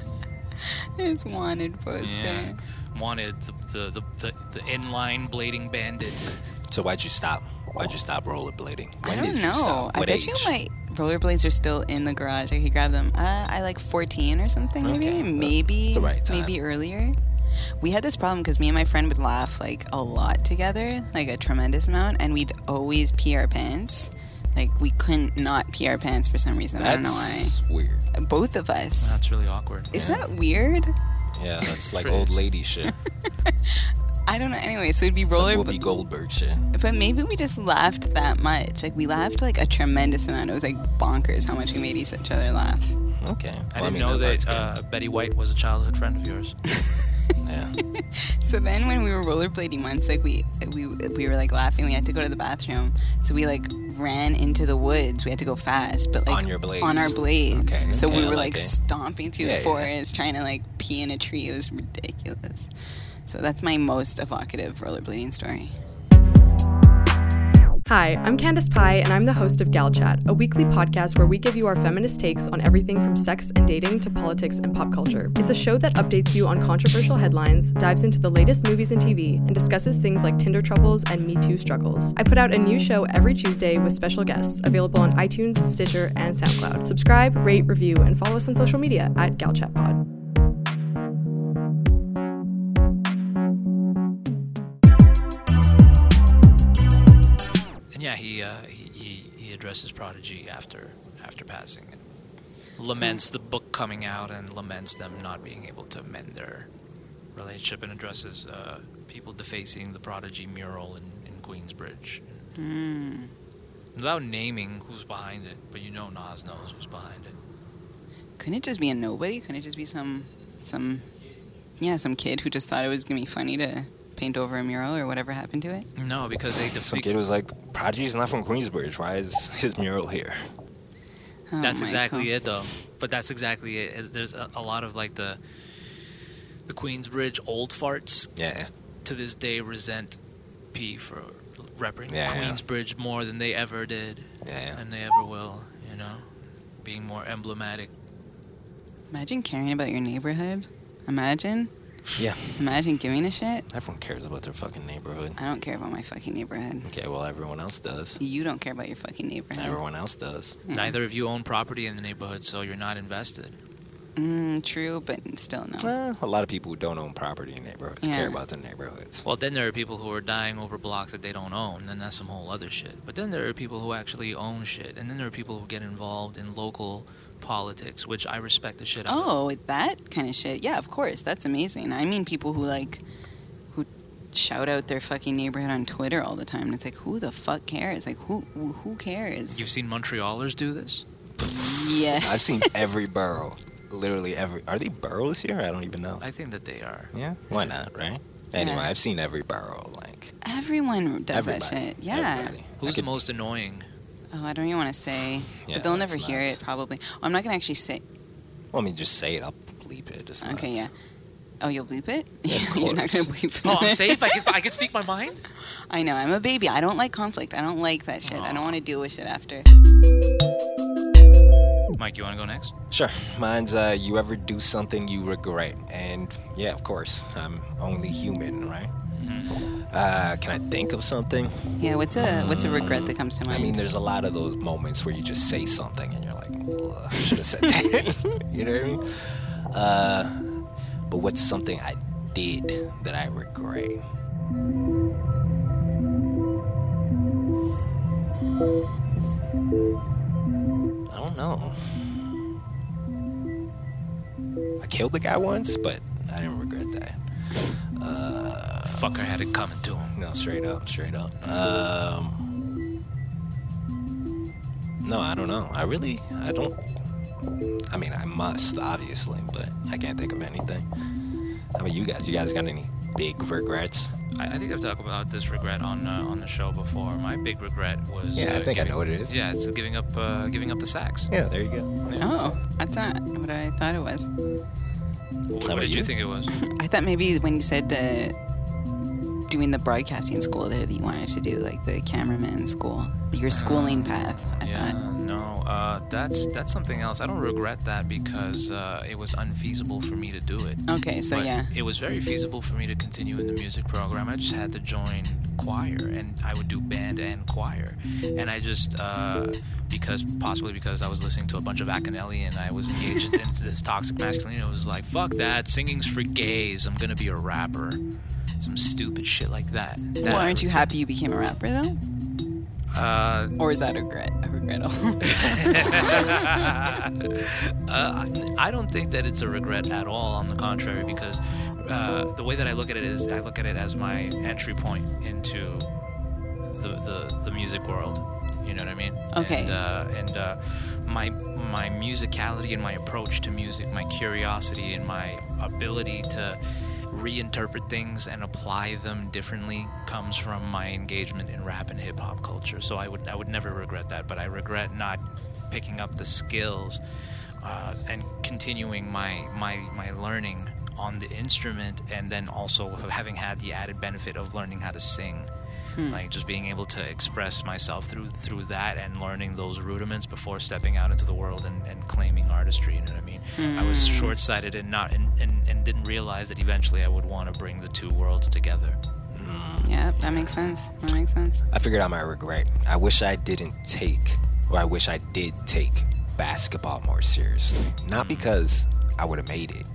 C: It's wanted poster.
B: Yeah. Wanted the the, the, the, the inline blading bandit.
A: So why'd you stop? Why'd you stop rollerblading?
C: I
A: When
C: don't
A: did
C: know.
A: you stop?
C: I
A: What
C: bet
A: age?
C: you my rollerblades are still in the garage. I could grab them. Uh, I like 14 or something maybe.
A: Okay, well,
C: Maybe
A: it's the right time.
C: maybe earlier. We had this problem because me and my friend would laugh like a lot together, like a tremendous amount, and we'd always pee our pants. Like we couldn't not pee our pants for some reason. I don't know why.
A: That's weird.
C: both of us.
B: That's really awkward.
C: Is that weird?
A: Yeah, that's like old lady shit.
C: I don't know. Anyway, so it'd be
A: It's
C: roller,
A: like Whoopi Goldberg shit.
C: but maybe we just laughed that much. Like we laughed like a tremendous amount. It was like bonkers how much we made each other laugh.
A: Okay.
B: I
A: Well,
B: didn't
A: mean,
B: know
A: that's
B: that uh, Betty White was a childhood friend of yours.
A: good. yeah.
C: So then when we were rollerblading once, like we we we were like laughing, we had to go to the bathroom. So we like ran into the woods. We had to go fast, but like
A: On your blades.
C: On our blades.
A: Okay,
C: so
A: okay,
C: we
A: I
C: were
A: like
C: like
A: it.
C: stomping through
A: Yeah,
C: the
A: yeah.
C: forest trying to like pee in a tree. It was ridiculous. So that's my most evocative rollerblading story.
F: Hi, I'm Candace Pye, and I'm the host of Gal Chat, a weekly podcast where we give you our feminist takes on everything from sex and dating to politics and pop culture. It's a show that updates you on controversial headlines, dives into the latest movies and TV, and discusses things like Tinder troubles and Me Too struggles. I put out a new show every Tuesday with special guests, available on iTunes, Stitcher, and SoundCloud. Subscribe, rate, review, and follow us on social media at Gal Chat Pod.
B: And yeah, he uh, he, he he addresses Prodigy after after passing, and laments the book coming out, and laments them not being able to mend their relationship, and addresses uh, people defacing the Prodigy mural in, in Queensbridge. Hmm. Without naming who's behind it, but you know Nas knows who's behind it.
C: Couldn't it just be a nobody? Couldn't it just be some some yeah some kid who just thought it was gonna be funny to paint over a mural or whatever happened to it?
B: No, because they
A: Some kid
B: defeat.
A: was like, Prodigy's not from Queensbridge. Why is his mural here?
C: Oh,
B: That's
C: Michael.
B: exactly it, though. But that's exactly it. Is- There's a, a lot of like the the Queensbridge old farts
A: Yeah.
B: to this day resent P for repping
A: Yeah, yeah.
B: Queensbridge more than they ever did
A: Yeah.
B: and they ever will, you know, being more emblematic.
C: Imagine caring about your neighborhood. Imagine.
A: Yeah.
C: Imagine giving a shit.
A: Everyone cares about their fucking neighborhood.
C: I don't care about my fucking neighborhood.
A: Okay, well, everyone else does.
C: You don't care about your fucking neighborhood.
A: Everyone else does.
B: Neither of you own property in the neighborhood, so you're not invested.
C: Mm, true, but still no.
A: Eh, a lot of people who don't own property in neighborhoods
C: Oh. Yeah.
A: care about their neighborhoods.
B: Well, then there are people who are dying over blocks that they don't own, then that's some whole other shit. But then there are people who actually own shit, and then there are people who get involved in local politics, which I respect the shit out of.
C: Oh, that kind of shit. Yeah, of course. That's amazing. I mean, people who like who shout out their fucking neighborhood on Twitter all the time. And it's like, who the fuck cares? Like, who who who cares?
B: You've seen Montrealers do this?
C: yeah.
A: I've seen every borough. Literally every. Are they boroughs here? I don't even know.
B: I think that they are.
A: Yeah. Why not, right? Anyway,
C: Yeah.
A: I've seen every borough. Like,
C: Everyone does
A: everybody.
C: that shit. Yeah.
A: Everybody.
B: Who's
A: I
B: the
A: could-
B: most annoying?
C: Oh, I don't even want to say,
A: Yeah,
C: but they'll never
A: that's
C: hear
A: nuts.
C: it probably. Oh, I'm not gonna actually say.
A: Well, I mean, just say it. I'll bleep it. It's
C: Okay, yeah.
A: nuts.
C: Oh, you'll bleep it?
A: Yeah, of
C: You're not
A: course.
C: gonna bleep it.
B: Oh, I'm safe. I can I can speak my mind.
C: I know. I'm a baby. I don't like conflict. I don't like that shit. I don't want to deal with shit after.
B: Mike, you want to go next?
A: Sure. Mine's uh, you ever do something you regret, and yeah, of course, I'm only human, right?
C: Mm-hmm.
A: Uh, can I think of something?
C: Yeah. What's a what's a regret that comes to
A: I
C: mind?
A: mean, there's a lot of those moments where you just say something and you're like, "Ugh, I should have said that. you know what I mean? Uh, but what's something I did that I regret? I don't know. I killed the guy once, but I didn't regret that.
B: Fucker had it coming to him.
A: No, straight up, straight up. Um, no, I don't know. I really, I don't. I mean, I must obviously, but I can't think of anything. How about you guys? You guys got any big regrets?
B: I, I think I've talked about this regret on uh, on the show before. My big regret was
A: Yeah, I
B: uh,
A: think I
B: giving,
A: know what it is.
B: Yeah, it's giving up uh, giving up the sax.
A: Yeah, there you go.
C: oh, that's not what I thought it was.
B: What,
A: How
B: what
A: about
B: did you
A: you?
B: think it was?
C: I thought maybe when you said uh, doing the broadcasting school there that you wanted to do, like the cameraman school, your
A: Uh,
C: schooling path. I
B: yeah,
C: thought.
B: no, uh, that's that's something else. I don't regret that because uh, it was unfeasible for me to do it.
C: Okay, so
B: but
C: yeah.
B: it was very feasible for me to continue in the music program. I just had to join choir, and I would do band and choir. And I just, uh, because possibly because I was listening to a bunch of Acanelli and I was engaged in this toxic masculinity, I was like, fuck that, singing's for gays. I'm gonna be a rapper. Some stupid shit like that. that
C: Well, aren't you happy you became a rapper though?
B: Uh,
C: Or is that a regret? A regret all.
B: I don't think that it's a regret at all. On the contrary, because uh, the way that I look at it is, I look at it as my entry point into the the, the music world. You know what I mean?
C: Okay.
B: And, uh, and uh, my my musicality and my approach to music, my curiosity and my ability to reinterpret things and apply them differently comes from my engagement in rap and hip hop culture. So I would I would never regret that, but I regret not picking up the skills uh, and continuing my my my learning on the instrument, and then also having had the added benefit of learning how to sing.
A: Hmm.
B: Like just being able to express myself through through that and learning those rudiments before stepping out into the world and, and claiming artistry. You know what I mean? I was
A: Hmm.
B: short sighted and not and, and, and didn't realize that eventually I would want to bring the two worlds together.
C: Yeah, that makes sense. That makes sense.
A: I figured out my regret. I wish I didn't take, or I wish I did take basketball more seriously. Not because I would have made it,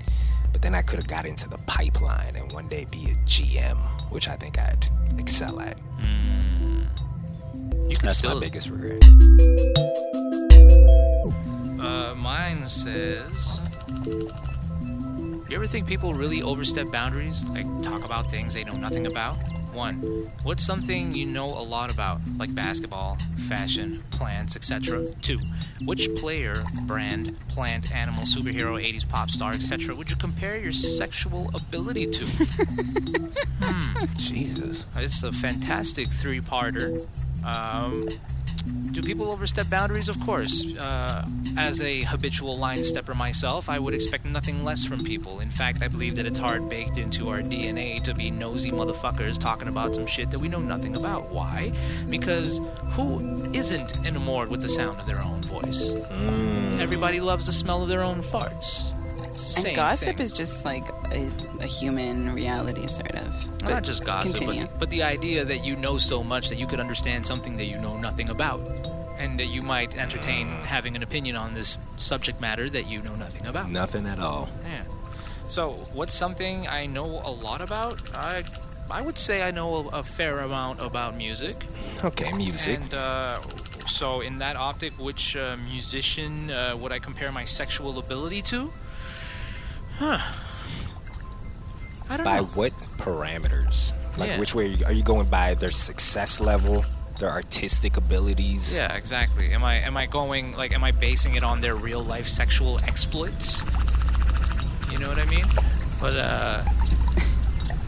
A: but then I could have got into the pipeline and one day be a GM, which I think I'd excel at.
B: You could
A: That's
B: still
A: my biggest regret.
B: Uh, mine says. You ever think people really overstep boundaries? Like, talk about things they know nothing about? One, what's something you know a lot about, like basketball, fashion, plants, etc.? Two, which player, brand, plant, animal, superhero, 80s pop star, etc., would you compare your sexual ability to?
A: Jesus.
B: It's a fantastic three-parter. Um, do people overstep boundaries? Of course. Uh, as a habitual line stepper myself, I would expect nothing less from people. In fact, I believe that it's hard baked into our DNA to be nosy motherfuckers talking about some shit that we know nothing about. Why? Because who isn't enamored with the sound of their own voice? Everybody loves the smell of their own farts. Same
C: Mm. and gossip
B: thing.
C: is just like a, a human reality, sort of.
B: not just gossip, but the,
C: continue.
B: but the idea that you know so much that you could understand something that you know nothing about, and that you might entertain having an opinion on this subject matter that you know nothing about.
A: Nothing at all.
B: Yeah. So, what's something I know a lot about? I, I would say I know a, a fair amount about music.
A: Okay, music.
B: And uh, so, in that optic, which uh, musician uh, would I compare my sexual ability to? Huh. I don't
A: by
B: know.
A: what parameters? Like,
B: Yeah.
A: which way are you, are you going by their success level, their artistic abilities?
B: Yeah, exactly. Am I am I going like am I basing it on their real life sexual exploits? You know what I mean? But uh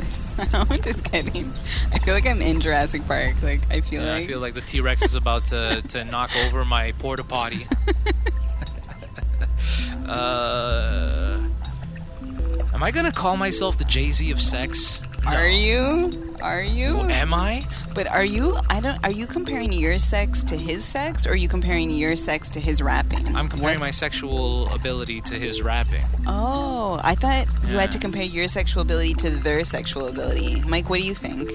C: sound is getting. I feel like I'm in Jurassic Park. Like I feel
B: yeah,
C: like.
B: I feel like the T Rex is about to, to knock over my porta potty. uh, am I gonna call myself the Jay Z of sex?
C: Are you? Are you?
B: Am I?
C: But are you? I don't. Are you comparing your sex to his sex, or are you comparing your sex to his rapping?
B: I'm comparing my
C: What's-
B: sexual ability to his rapping.
C: Oh, I thought you had to compare your sexual ability to their sexual ability. Mike, what do you think?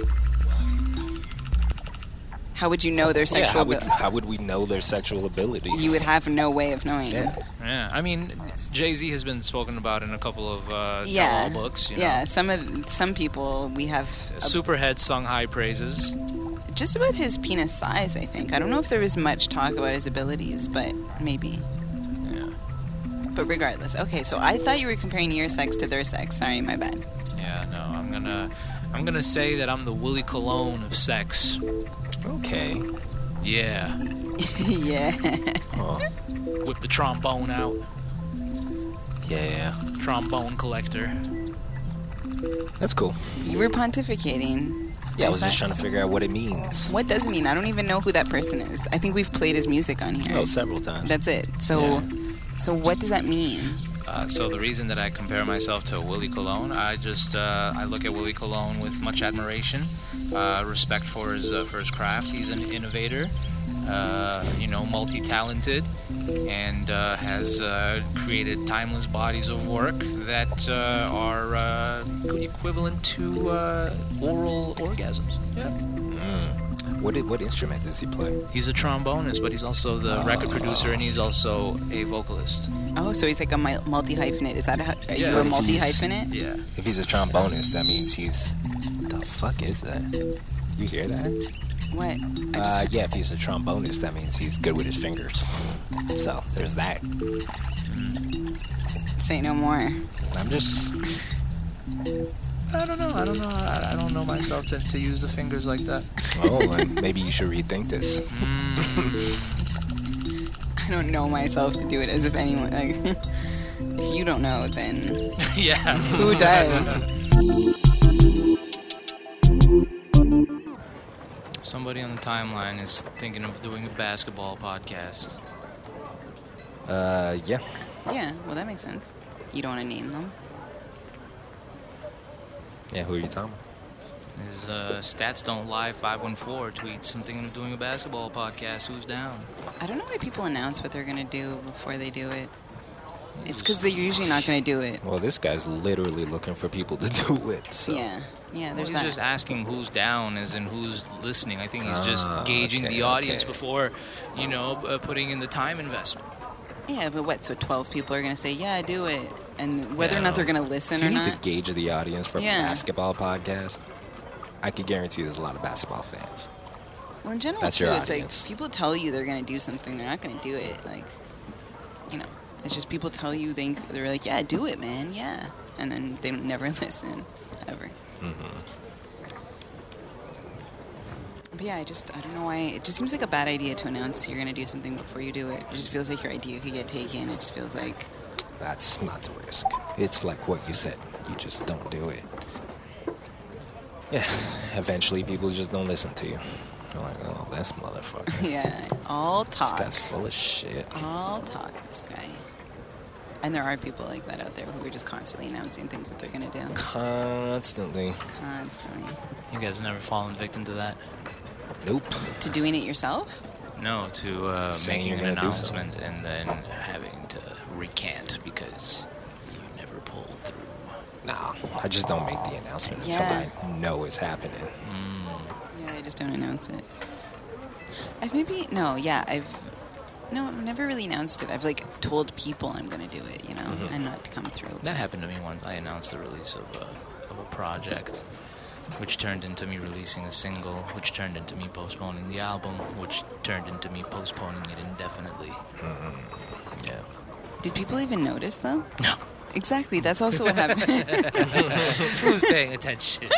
C: How would you know their
A: Yeah,
C: sexual
A: how would,
C: ability?
A: how would we know their sexual ability?
C: You would have no way of knowing.
A: Yeah.
B: Yeah, I mean, Jay Z has been spoken about in a couple of uh,
C: Yeah.
B: tell-all books. You know?
C: yeah. Some of some people we have
B: Superhead sung high praises.
C: just about his penis size. I think I don't know if there was much talk about his abilities, but maybe.
B: Yeah.
C: But regardless, okay. So I thought you were comparing your sex to their sex. Sorry, my bad.
B: Yeah, no, I'm gonna I'm gonna say that I'm the Willy Cologne of sex.
A: Okay.
B: Yeah.
C: yeah.
A: Oh,
B: Whip the trombone out.
A: yeah.
B: Trombone collector.
A: That's cool.
C: You were pontificating.
A: Yeah, I was
C: Is
A: just
C: that-
A: trying to figure out what it means.
C: What does it mean? I don't even know who that person is. I think we've played his music on here.
A: Oh, several times.
C: That's it. So, so what does that mean?
B: Uh, so the reason that I compare myself to Willy Cologne, I just uh, I look at Willy Cologne with much admiration, uh, respect for his uh, for his craft. He's an innovator, uh, you know, multi-talented, and uh, has uh, created timeless bodies of work that uh, are uh, equivalent to uh, oral orgasms. Yeah.
A: What did, what instrument does he play?
B: He's a trombonist, but he's also the record producer and he's also a vocalist.
C: Oh, so he's like a multi hyphenate. Is that a, are
B: Yeah.
C: you a multi hyphenate?
B: Yeah.
A: If he's a trombonist, that means he's. What the fuck is that? You hear that?
C: What? I just,
A: Uh, yeah, if he's a trombonist, that means he's good with his fingers. So there's that.
C: say no more.
A: I'm just
B: I don't know. I don't know. I, I don't know myself to, to use the fingers like that.
A: Oh, and maybe you should rethink this.
C: I don't know myself to do it as if anyone, like, if you don't know, then
B: yeah.
C: who does?
B: Somebody on the timeline is thinking of doing a basketball podcast.
A: Uh, yeah.
C: yeah, well, that makes sense. You don't want to name them.
A: Yeah, who are you talking about?
B: Is uh, stats don't lie. Five one four tweets. Something of doing a basketball podcast. Who's down?
C: I don't know why people announce what they're going to do before they do it. It's because they're usually not going to do it.
A: Well, this guy's literally looking for people to do it. So.
C: Yeah, yeah,
B: He's
C: there's that.
B: just asking who's down, as in who's listening. I think he's just
A: Ah,
B: gauging
A: okay,
B: the audience
A: okay.
B: before, you know, uh, putting in the time investment.
C: yeah, but what? So 12 people are going to say, yeah, do it. And whether or
A: Yeah.
C: not they're going to listen
A: Do you
C: or
A: need
C: not.
A: to gauge the audience for a
C: Yeah.
A: basketball podcast? I could guarantee there's a lot of basketball fans.
C: Well, in general,
A: That's
C: too,
A: your
C: it's
A: audience.
C: like people tell you they're going to do something, they're not going to do it. Like, you know, it's just people tell you they they're like, yeah, do it, man, yeah, and then they don't- never listen ever.
A: Mm-hmm.
C: But yeah, I just I don't know why it just seems like a bad idea to announce you're going to do something before you do it. It just feels like your idea could get taken. It just feels like
A: That's not the risk. It's like what you said. You just don't do it. Yeah, eventually people just don't listen to you. They're like, oh, this motherfucker.
C: yeah, all
A: this
C: talk,
A: guy's full of shit.
C: all talk. This guy. And there are people like that out there who are just constantly announcing things that they're going to do.
A: Constantly.
C: Uh, Constantly.
B: You guys never fallen victim to that.
A: Nope.
C: to doing it yourself?
B: No, to uh,
A: Saying
B: making
A: you're
B: an
A: gonna do something.
B: announcement and then having to recant because you never pulled through.
A: Nah, I just don't make the announcement
C: Yeah.
A: until I know it's happening.
C: Yeah, I just don't announce it. I've maybe no, yeah, I've no, I've never really announced it. I've like told people I'm gonna do it, you know,
A: Mm-hmm.
C: and not to come through.
B: That happened to me once. I announced the release of a, of a project, which turned into me releasing a single, which turned into me postponing the album, which turned into me postponing it indefinitely.
A: Yeah.
C: Did people even notice though?
B: No.
C: Exactly. That's also what happened.
B: Who's paying attention?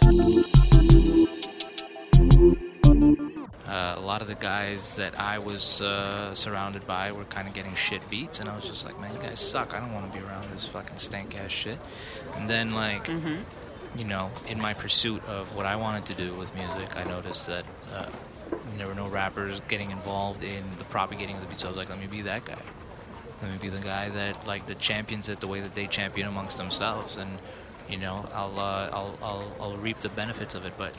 B: Uh, a lot of the guys that I was uh, surrounded by were kind of getting shit beats, and I was just like, man, you guys suck. I don't want to be around this fucking stank ass shit. And then, like, you know, in my pursuit of what I wanted to do with music, I noticed that uh, there were no rappers getting involved in the propagating of the beats. So I was like, let me be that guy. Let me be the guy that like that champions it the way that they champion amongst themselves, and you know, I'll uh, I'll, I'll I'll reap the benefits of it. But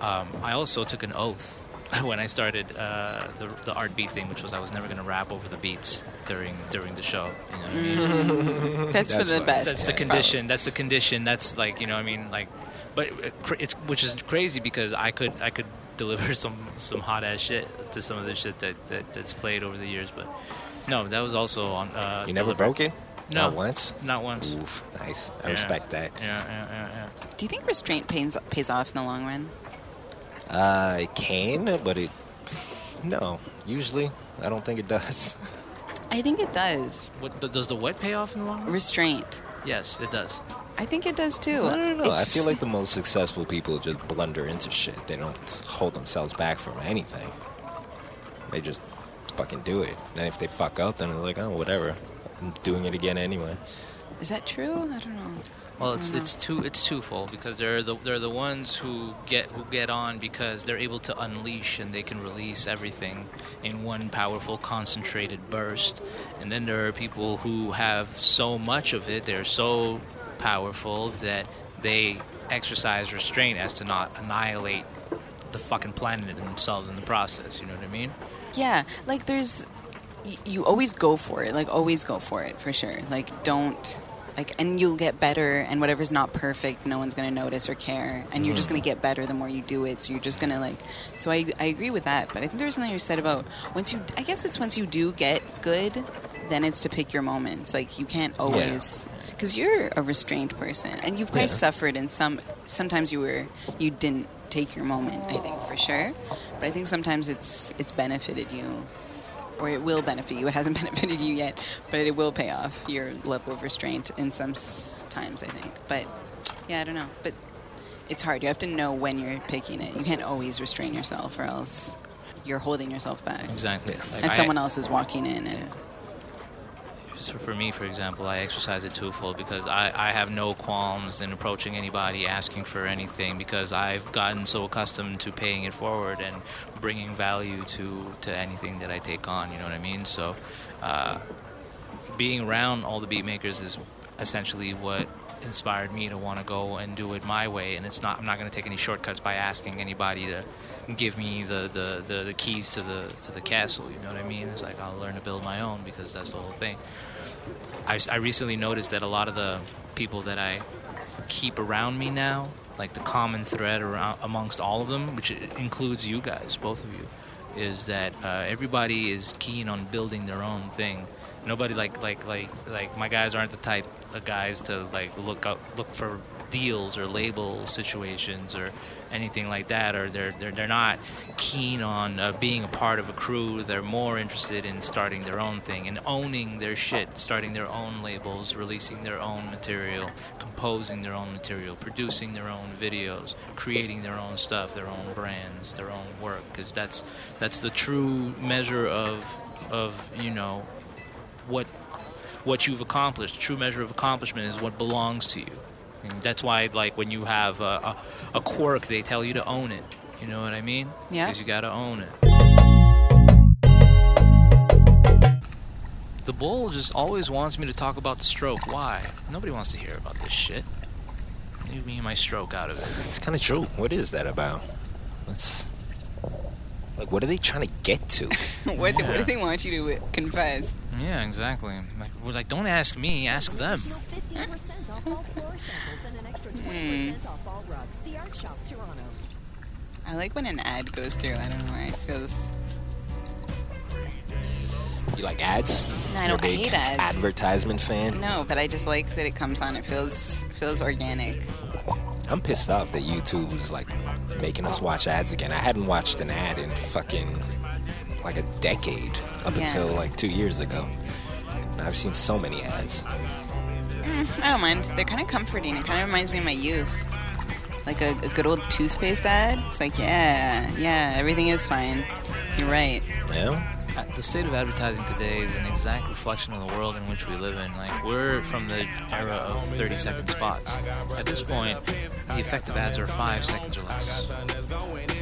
B: um, I also took an oath when I started uh, the the art beat thing, which was I was never going to rap over the beats during during the show. You know what I mean?
C: That's, for
A: That's
C: the
A: fine.
C: best.
B: that's the
A: Yeah,
B: condition. That's the condition. That's like you know. what I mean, like, but it- cr- it's which is crazy because I could I could deliver some some hot ass shit to some of the shit that, that that's played over the years. But no, that was also on. Uh,
A: You never
B: deliberate.
A: broke it?
B: No,
A: Not once?
B: Not once.
A: Oof, nice. I
B: Yeah.
A: respect that.
B: Yeah, yeah, yeah, yeah.
C: Do you think restraint pains pays off in the long run?
A: Uh, it can, but it. No, usually I don't think it does.
C: I think it does.
B: What th- does the what pay off in the long run?
C: Restraint.
B: Yes, it does.
C: I think it does too.
A: I don't know. I feel like the most successful people just blunder into shit. They don't hold themselves back from anything. They just fucking do it. And if they fuck up, then they're like, oh, whatever. I'm doing it again anyway.
C: Is that true? I don't know.
B: Well, it's it's two it's twofold because there are the there are the ones who get who get on because they're able to unleash and they can release everything in one powerful concentrated burst, and then there are people who have so much of it they're so powerful that they exercise restraint as to not annihilate the fucking planet and themselves in the process. You know what I mean?
C: Yeah, like there's, y- you always go for it. Like always go for it for sure. Like don't, like and you'll get better. And whatever's not perfect, no one's gonna notice or care. And you're just gonna get better the more you do it. So you're just gonna like. So I I agree with that. But I think there's something you said about once you. I guess it's once you do get good, then it's to pick your moments. Like you can't always. Because you're a restrained person, and you've probably
A: Yeah.
C: suffered in some. Sometimes you were, you didn't take your moment. I think for sure, but I think sometimes it's it's benefited you, or it will benefit you. It hasn't benefited you yet, but it will pay off your level of restraint in some s- times. I think, but yeah, I don't know. But it's hard. You have to know when you're picking it. You can't always restrain yourself, or else you're holding yourself back,
B: Exactly.
A: Yeah.
B: Like,
C: and
B: I-
C: someone else is walking in and
B: So for me, for example, I exercise it twofold because I, I have no qualms in approaching anybody asking for anything because I've gotten so accustomed to paying it forward and bringing value to, to anything that I take on. You know what I mean? So uh, being around all the beat makers is essentially what inspired me to want to go and do it my way and it's not I'm not going to take any shortcuts by asking anybody to give me the, the, the, the keys to the to the castle you know what I mean it's like I'll learn to build my own because that's the whole thing I, I recently noticed that a lot of the people that I keep around me now, like the common thread around, amongst all of them, which includes you guys, both of you, is that uh, everybody is keen on building their own thing. Nobody like like like like my guys aren't the type of guys to like look up look for deals or label situations or anything like that or they're they're, they're not keen on uh, being a part of a crew they're more interested in starting their own thing and owning their shit starting their own labels releasing their own material composing their own material producing their own videos creating their own stuff their own brands their own work because that's that's the true measure of of you know what what you've accomplished. The true measure of accomplishment is what belongs to you. And that's why, like, when you have a, a, a quirk, they tell you to own it. You know what I mean?
C: Yeah.
B: Because you gotta own it. The bull just always wants me to talk about the stroke. Why? Nobody wants to hear about this shit. Leave me and my stroke out of it.
A: It's kind of true. What is that about? Let's. Like, what are they trying to get to?
C: what, what
B: Yeah.
C: do they want you to confess?
B: Yeah, exactly. Like, we're like, don't ask me, ask them.
C: I like when an ad goes through. I don't know why it feels.
A: You like ads?
C: No, I
A: You're a
C: don't- I
A: big
C: hate ads.
A: Advertisement fan.
C: No, but I just like that it comes on. It feels feels organic.
A: I'm pissed off that YouTube was like making us watch ads again. I hadn't watched an ad in fucking like a decade up
C: Yeah.
A: until like two years ago. And I've seen so many ads.
C: I don't mind. They're kind of comforting. It kind of reminds me of my youth. Like a, a good old toothpaste ad. It's like, yeah, yeah, everything is fine. You're right.
A: Yeah?
B: Uh, the state of advertising today is an exact reflection of the world in which we live in. Like we're from the era of 30-second spots. At this point, the effective ads are five seconds or less.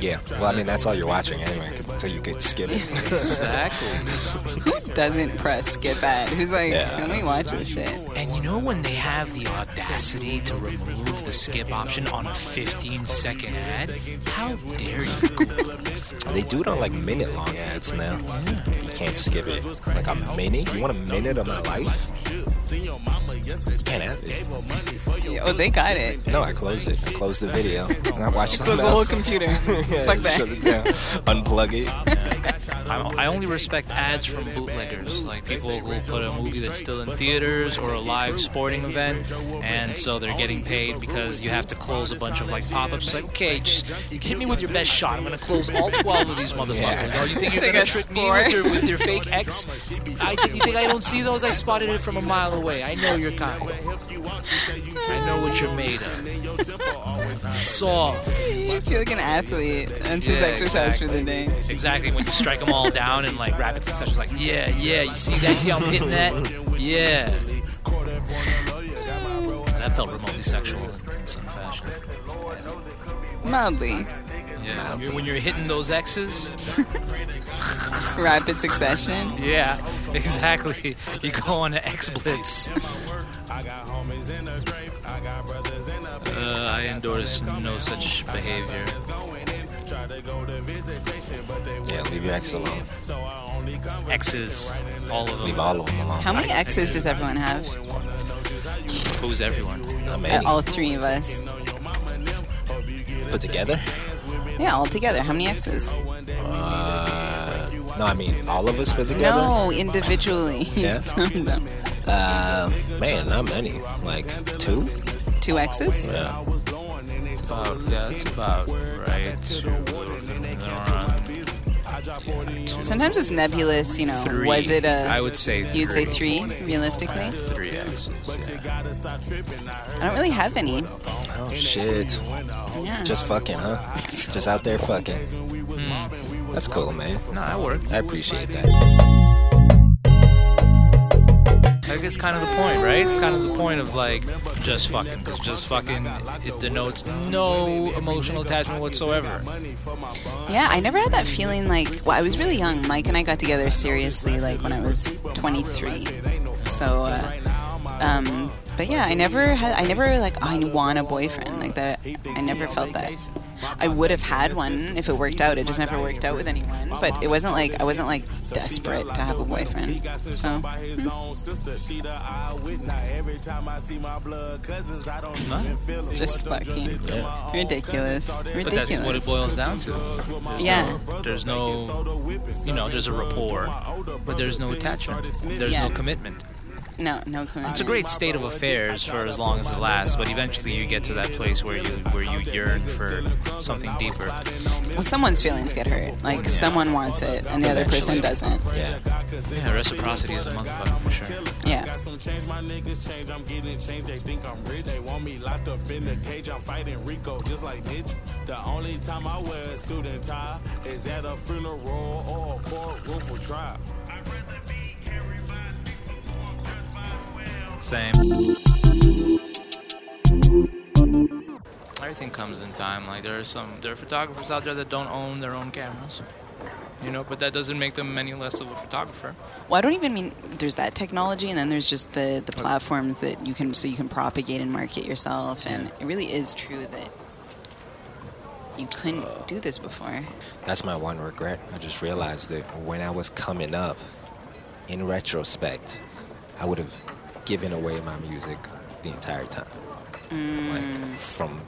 A: Yeah. Well, I mean, that's all you're watching anyway until you could skip it.
B: Exactly.
C: Who doesn't press skip ad? Who's like,
A: Yeah.
C: let me watch this shit?
B: and you know when they have the audacity to remove the skip option on a 15-second ad? How dare you?
A: they do it on like minute long ads now. You can't skip it. Like a minute? You want a minute of my life? You can't have it.
C: Oh, they got it.
A: No, I closed it. I closed the video. And I watched
C: Close
A: something
C: the whole
A: else.
C: computer.
A: Yeah,
C: Fuck
A: Shut
C: that.
A: it down. Unplug it.
B: I, I only respect ads from bootleggers, like people who put a movie that's still in theaters or a live sporting event, and so they're getting paid because you have to close a bunch of like pop-ups. Like, okay, just hit me with your best shot. I'm gonna close all 12 of these motherfuckers.
A: Yeah.
B: Oh, you think you're
C: They
B: gonna
C: got
B: trick me
C: four.
B: with your with your fake X? I think you think I don't see those? I spotted it from a mile away. I know your kind. I know what you're made of. Soft.
C: You feel like an athlete. That's his
B: Yeah,
C: exercise for the day.
B: Exactly. When you strike them all down and like rapid succession, it's like yeah, yeah. You see that? You see how I'm hitting that? Yeah. That felt remotely sexual in some fashion.
C: Mildly.
B: Yeah. When you're, when you're hitting those X's,
C: Rapid succession.
B: yeah, exactly. You go on an X blitz. Uh, I endorse no such behavior.
A: Yeah, leave your ex alone.
B: X's, all of
A: Leave
B: them.
A: all of them alone.
C: How many X's does everyone have?
B: Who's everyone?
A: Not
C: Uh,
A: many.
C: all three of us.
A: Put together?
C: Yeah, all together. How many X's?
A: Uh, no, I mean all of us put together.
C: No, individually.
A: Yeah.
C: Dumb, dumb.
A: Uh, man, not many. Like two.
C: Two X's?
A: Yeah.
B: It's about yeah, it's about right. Two,
C: Sometimes it's nebulous, you know. Was it a?
B: I would say three.
C: You'd say three, realistically.
B: three X's. Yeah.
C: I don't really have any.
A: Oh shit.
C: Yeah. Hmm.
A: Just fucking, huh? Just out there fucking. That's cool, man.
B: No, that worked.
A: I appreciate that.
B: Like it's kind of the point, right? It's kind of the point of like just fucking, 'cause just fucking it denotes no emotional attachment whatsoever.
C: Yeah, I never had that feeling like, well, I was really young. Mike and I got together seriously like when I was 23. So, uh, um, but yeah, I never had, I never like, I want a boyfriend like that. I never felt that. I would have had one if it worked out. It just never worked out with anyone. But it wasn't like, I wasn't like desperate to have a boyfriend. So, hmm. just fucking ridiculous.
B: But that's what it
C: Ridiculous.
B: boils down to.
C: Yeah.
B: There's no, you know, there's a rapport, but there's no attachment. There's
C: Yeah.
B: no commitment.
C: No, no commitment.
B: It's a great state of affairs for as long as it lasts, but eventually you get to that place where you where you yearn for something deeper.
C: Well, someone's feelings get hurt. Like someone wants it and the other person
A: Eventually.
C: doesn't.
A: Yeah.
B: Yeah, reciprocity is a motherfucker for sure.
C: Yeah.
B: Same. Everything comes in time. Like there are some there are photographers out there that don't own their own cameras. You know, but that doesn't make them any less of a photographer.
C: Well, I don't even mean there's that technology, and then there's just the the platforms that you can so you can propagate and market yourself. And it really is true that you couldn't do this before.
A: That's my one regret. I just realized that when I was coming up, in retrospect, I would have given away my music the entire time.
C: Mm.
A: Like from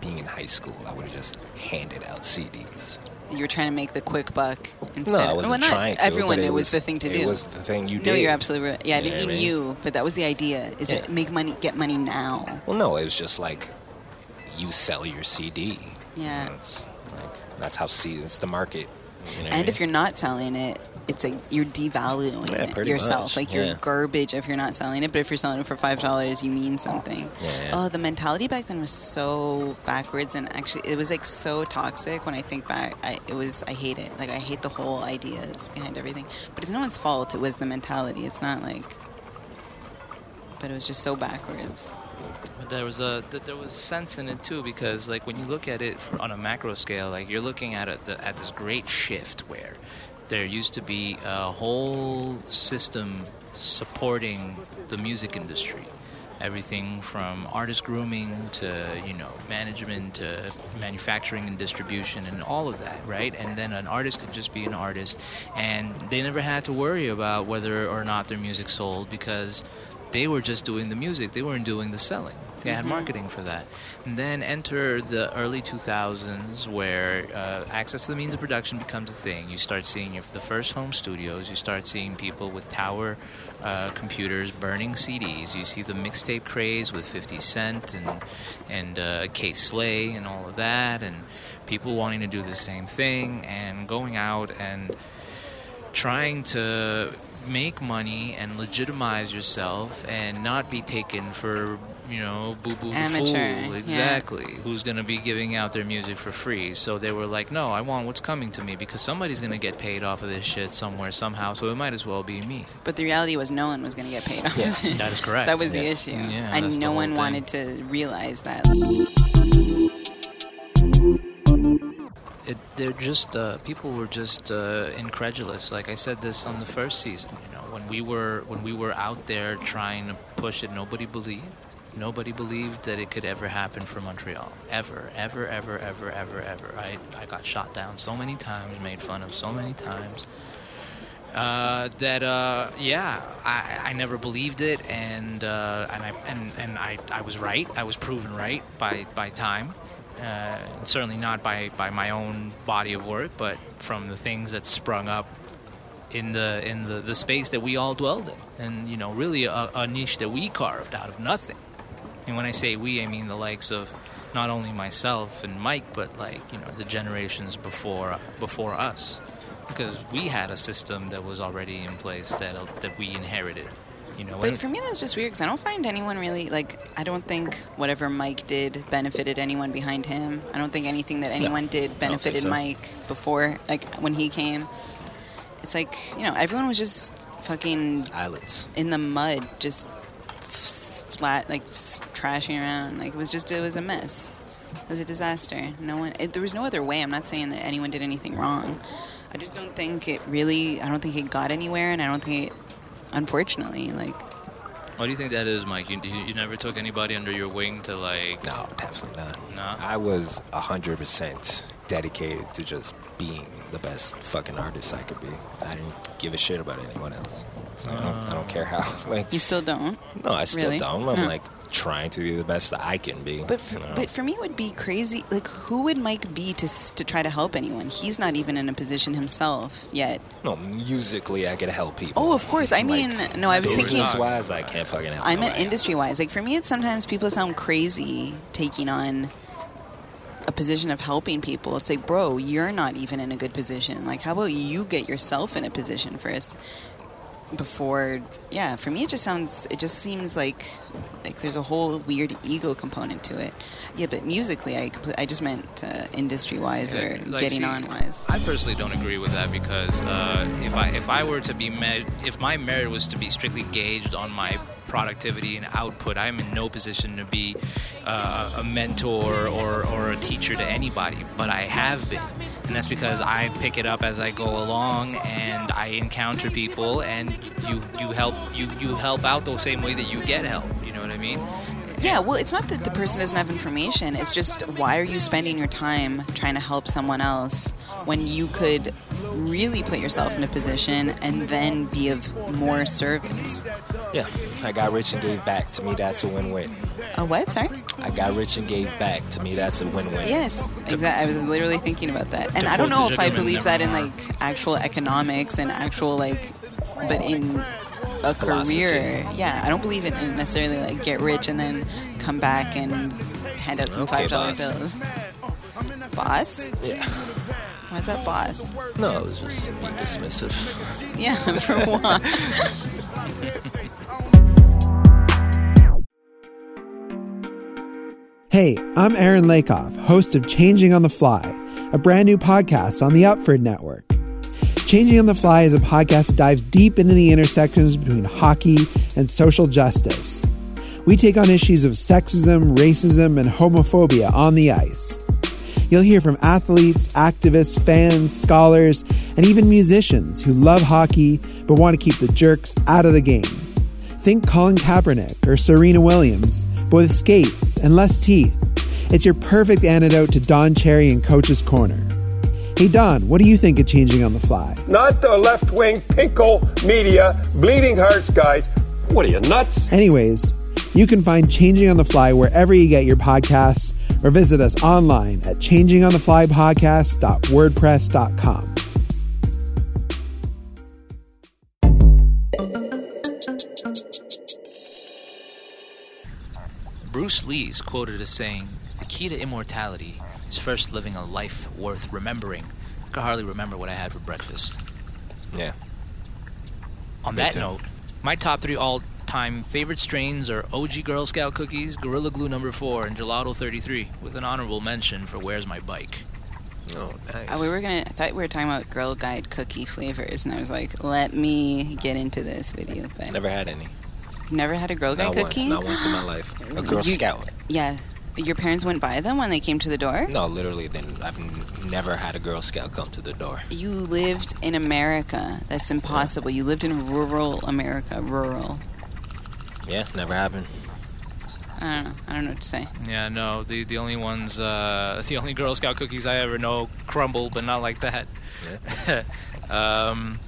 A: being in high school, I would have just handed out CDs.
C: You were trying to make the quick buck
A: No,
C: instead.
A: I wasn't
C: well, not
A: trying to.
C: Everyone,
A: but
C: it,
A: it
C: was, the thing to do.
A: It was the thing you did.
C: no, you're absolutely right. Yeah, I
A: You know
C: didn't
A: what
C: mean
A: I mean?
C: you, but that was the idea: is it
A: Yeah.
C: make money, get money now.
A: Well, no, it was just like you sell your CD.
C: Yeah.
A: That's like that's how C. It's the market. You know what I
C: And
A: mean?
C: if you're not selling it, it's like you're devaluing
A: Yeah,
C: it
A: pretty
C: yourself.
A: much,
C: Like you're
A: yeah.
C: garbage if you're not selling it. But if you're selling it for five dollars, you mean something.
A: Yeah, yeah.
C: Oh, the mentality back then was so backwards, and actually, it was like so toxic. When I think back, I, it was I hate it. Like I hate the whole ideas behind everything. But it's no one's fault. It was the mentality. It's not like. But it was just so backwards.
B: But there was a th- there was sense in it too because like when you look at it for, on a macro scale, like you're looking at it the, at this great shift where there used to be a whole system supporting the music industry. Everything from artist grooming to you know management to manufacturing and distribution and all of that, right? And then an artist could just be an artist, and they never had to worry about whether or not their music sold because they were just doing the music they weren't doing the selling they had marketing for that and then enter the early 2000s where uh, access to the means of production becomes a thing you start seeing your, the first home studios you start seeing people with tower uh, computers burning cds you see the mixtape craze with 50 cent and and uh, k slay and all of that and people wanting to do the same thing and going out and trying to make money and legitimize yourself and not be taken for you know boo boo the
C: Amateur,
B: fool
C: yeah.
B: exactly who's going to be giving out their music for free so they were like no i want what's coming to me because somebody's going to get paid off of this shit somewhere somehow so it might as well be me
C: But the reality was, no one was going to get paid off
A: Yeah.
C: of it.
B: that is correct
C: That was the
A: Yeah.
C: issue.
B: Yeah, that's
C: and
B: the
C: no
B: whole
C: one
B: thing.
C: wanted to realize that.
B: it, they're just uh, people were just uh, incredulous. Like I said this on the first season, you know, when we were when we were out there trying to push it, nobody believed. Nobody believed that it could ever happen for Montreal. Ever, ever, ever, ever, ever, ever. I I got shot down so many times, made fun of so many times. Uh, that uh, yeah, I, I never believed it, and uh, and I and, and I, I was right. I was proven right by by time. Uh, certainly not by, by my own body of work, but from the things that sprung up in the in the, the space that we all dwelled in, and you know, really a, a niche that we carved out of nothing. And when I say we, I mean the likes of not only myself and Mike, but like you know the generations before before us, because we had a system that was already in place that that we inherited. You know,
C: But
B: what-
C: for me, that's just weird because I don't find anyone really like. I don't think whatever Mike did benefited anyone behind him. I don't think anything that anyone did benefited
A: so.
C: Mike before, like when he came. It's like you know, everyone was just fucking
A: Islets.
C: in the mud, just f- flat, like just trashing around. Like it was just, it was a mess. It was a disaster. No one, it, there was no other way. I'm not saying that anyone did anything wrong. I just don't think it really. I don't think it got anywhere, and I don't think it, unfortunately, like
G: What do you think that is, Mike? You, you, you never took anybody under your wing to like.
A: No, definitely not.
G: No?
A: I was 100% dedicated to just being the best fucking artist I could be. I didn't give a shit about anyone else. So I, don't, I don't care how. Like,
C: you still don't.
A: no, I still
C: really?
A: don't. I'm
C: Huh.
A: like trying to be the best that I can be.
C: But f-
A: you know?
C: but for me, it would be crazy. Like, who would Mike be to s- to try to help anyone? He's not even in a position himself yet.
A: no, musically I could help people.
C: Oh, of course. I mean, no, I was thinking.
A: business wise, I can't fucking help.
C: I
G: Oh,
C: meant
A: nobody.
C: industry wise. Like for me, it's sometimes people sound crazy taking on a position of helping people. It's like, bro, you're not even in a good position. Like, how about you get yourself in a position first before? Yeah, for me, it just sounds. It just seems like like there's a whole weird ego component to it. Yeah, but musically, I compl- I just meant uh, industry wise
G: Yeah,
C: or
G: like,
C: getting
G: see,
C: on wise.
G: I personally don't agree with that because uh, if I if I were to be me- if my merit was to be strictly gauged on my productivity and output, I'm in no position to be uh, a mentor or, or a teacher to anybody. But I have been, and that's because I pick it up as I go along and I encounter people, and you you help you you help out the same way that you get help. You know what I mean?
C: Yeah, well, it's not that the person doesn't have information. It's just why are you spending your time trying to help someone else when you could really put yourself in a position and then be of more service?
A: yeah, I got rich and gave back. To me, that's a win-win.
C: A what? Sorry.
A: I got rich and gave back. To me, that's a win-win.
C: Yes, exactly. I was literally thinking about that, and I don't know if I believe that in like actual economics and actual like, but in a
A: Philosophy.
C: career, yeah, I don't believe it in necessarily like get rich and then come back and hand out some
A: Okay,
C: five dollar
A: boss.
C: bills. Boss?
A: Yeah.
C: Why's that boss?
A: No, it was just being dismissive.
C: Yeah, for what?
H: Hey, I'm Aaron Lakoff, host of Changing on the Fly, a brand new podcast on the Upford Network. Changing on the Fly is a podcast that dives deep into the intersections between hockey and social justice. We take on issues of sexism, racism, and homophobia on the ice. You'll hear from athletes, activists, fans, scholars, and even musicians who love hockey but want to keep the jerks out of the game. Think Colin Kaepernick or Serena Williams, but with skates and less teeth. It's your perfect antidote to Don Cherry and Coach's Corner. Hey Don, what do you think of changing on the fly?
I: Not the left wing pinkle media, bleeding hearts guys. What are you, nuts?
H: Anyways, you can find Changing on the Fly wherever you get your podcasts or visit us online at changingontheflypodcast.wordpress.com.
B: Bruce Lee's quoted as saying, The key to immortality is first living a life worth remembering. I can hardly remember what I had for breakfast.
A: Yeah.
B: On
A: Me
B: that
A: too.
B: note, my top three all time favorite strains are OG Girl Scout cookies, Gorilla Glue number four, and Gelato 33, with an honorable mention for Where's My Bike.
A: Oh, nice.
C: Uh, we were gonna. I thought we were talking about girl guide cookie flavors, and I was like, "Let me get into this with you." But
A: Never had any.
C: you've never had a girl guide
A: Not once.
C: cookie.
A: Not once in my life. A Girl
C: You-
A: Scout.
C: Yeah, your parents went by them when they came to the door.
A: No, literally, then I've n- never had a Girl Scout come to the door.
C: You lived in America. That's impossible. You lived in rural America. Rural.
A: Yeah, never happened.
C: I don't know. I don't know what to say.
G: Yeah, no. The the only ones, uh, the only Girl Scout cookies I ever know crumble, but not like that. um,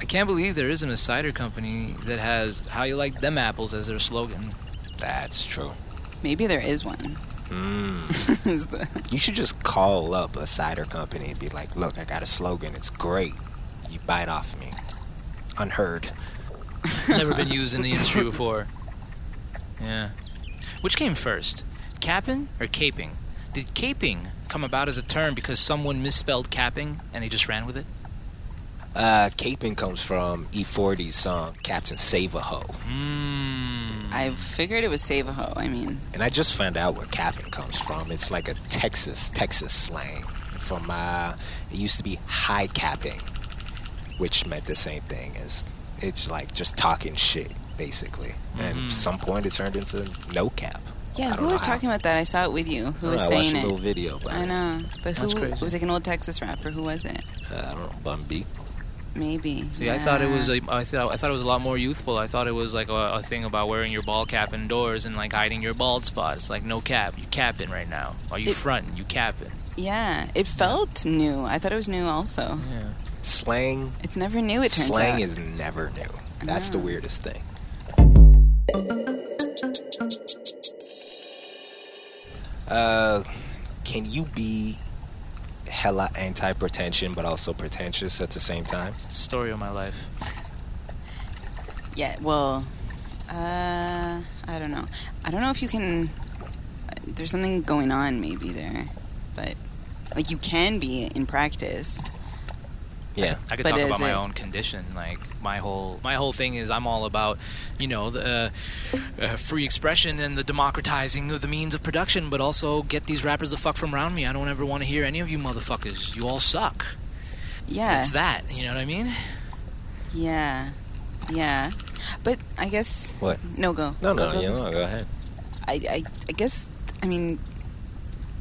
G: I can't believe there isn't a cider company that has "How you like them apples" as their slogan.
A: That's true.
C: Maybe there is one. Is the-
A: You should just call up a cider company and be like, look, I got a slogan. It's great. You buy it off me. Unheard.
G: Never been used in the industry before. Yeah. Which came first, capping or caping? Did caping come about as a term because someone misspelled capping and they just ran with it?
A: Uh, caping comes from E40's song Captain Save a Ho.
C: I figured it was Save a Ho. I mean,
A: And I just found out where capping comes from. It's like a Texas, Texas slang. From uh, it used to be high capping, which meant the same thing as it's like just talking shit, basically. And some point it turned into no cap.
C: yeah,
A: I don't
C: who
A: know
C: was
A: how.
C: talking about that? I saw it with you. Who
A: I,
C: was
A: don't know, I watched
C: saying
A: a little
C: it?
A: video, but
C: I know, but who
B: That's crazy.
C: it was like an old Texas rapper? Who was it?
A: Uh, I don't know, Bum B.
C: Maybe.
B: See, I thought it was.
C: Yeah.
B: A, I thought I thought it was a lot more youthful. I thought it was like a, a thing about wearing your ball cap indoors and like hiding your bald spot. It's like no cap. You capping right now. Are you
C: It-
B: fronting? You capping.
C: Yeah, it felt new. I thought it was new also.
A: Slang,
C: It's never new. It turns
A: slang
C: out.
A: is never new. That's the weirdest thing. Uh, can you be hella anti-pretension but also pretentious at the same time?
B: Story of my life.
C: yeah. Well, uh, I don't know. I don't know if you can. There's something going on maybe there, but like you can be in practice.
A: Yeah.
B: I could
C: But
B: talk
C: is
B: about my
C: it-
B: own condition. Like my whole my whole thing is I'm all about you know the uh, uh, free expression and the democratizing of the means of production, but also get these rappers the fuck from around me. I don't ever want to hear any of you motherfuckers. You all suck.
C: Yeah.
B: It's that. You know what I mean?
C: Yeah. Yeah. But I guess.
A: What?
C: No go.
A: No,
C: Go,
A: no,
C: go,
A: you know, go ahead.
C: I, I, I guess I mean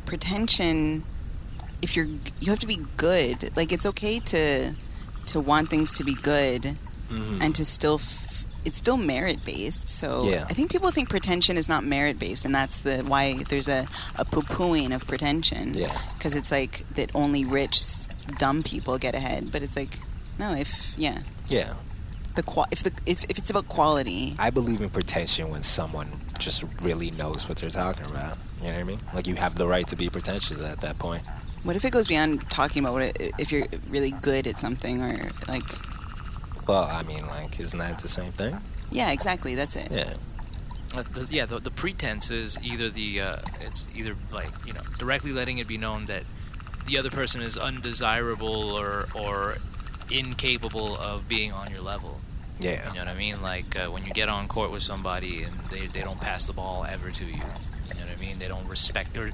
C: pretension. If you're, you have to be good. Like it's okay to to want things to be good and to still. F- it's still merit based, so
A: Yeah.
C: I think people think pretension is not merit based, and that's the why there's a a poo pooing of pretension.
A: Yeah.
C: because it's like that only rich, s- dumb people get ahead. But it's like, no, if yeah,
A: Yeah.
C: the qual if the if, if it's about quality,
A: I believe in pretension when someone just really knows what they're talking about. You know what I mean? Like you have the right to be pretentious at that point.
C: What if it goes beyond talking about what it, if you're really good at something or like
A: Well, I mean, like, isn't that the same thing?
C: yeah exactly that's it
A: Yeah.
B: Uh, the, yeah, the, the pretense is either the uh, it's either like you know directly letting it be known that the other person is undesirable or or incapable of being on your level.
A: Yeah.
B: You know what I mean? Like uh, when you get on court with somebody and they, they don't pass the ball ever to you. You know what I mean? They don't respect or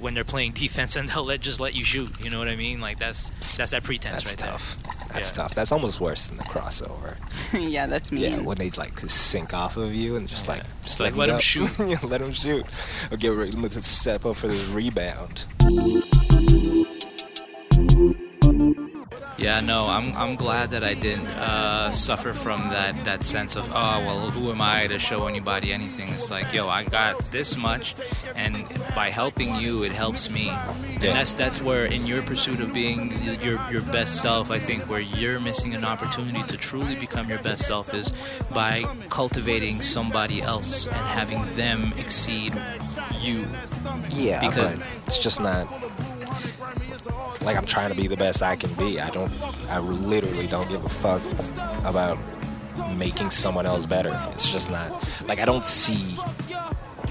B: when they're playing defense and they'll let just let you shoot. You know what I mean? Like that's that's that pretense
A: That's
B: right there.
A: tough. That's
B: Yeah.
A: tough. That's almost worse than the crossover.
C: yeah that's me
A: Yeah, when they like sink off of you and just like just
B: Like, let 'em shoot.
A: yeah, let them shoot. Or get ready to step up for this rebound.
B: Yeah, no, I'm, I'm glad that I didn't uh, suffer from that, that sense of, oh, well, who am I to show anybody anything? It's like, yo, I got this much, and by helping you, it helps me. And
A: Yeah.
B: that's, that's where, in your pursuit of being y- your, your best self, I think where you're missing an opportunity to truly become your best self is by cultivating somebody else and having them exceed you.
A: Yeah,
B: Because-
A: but it's just not like I'm trying to be the best I can be. I don't. I literally don't give a fuck about making someone else better. It's just not like I don't see.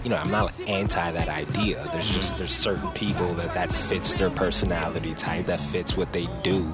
A: You know, I'm not anti that idea. There's just there's certain people that that fits their personality type, that fits what they do.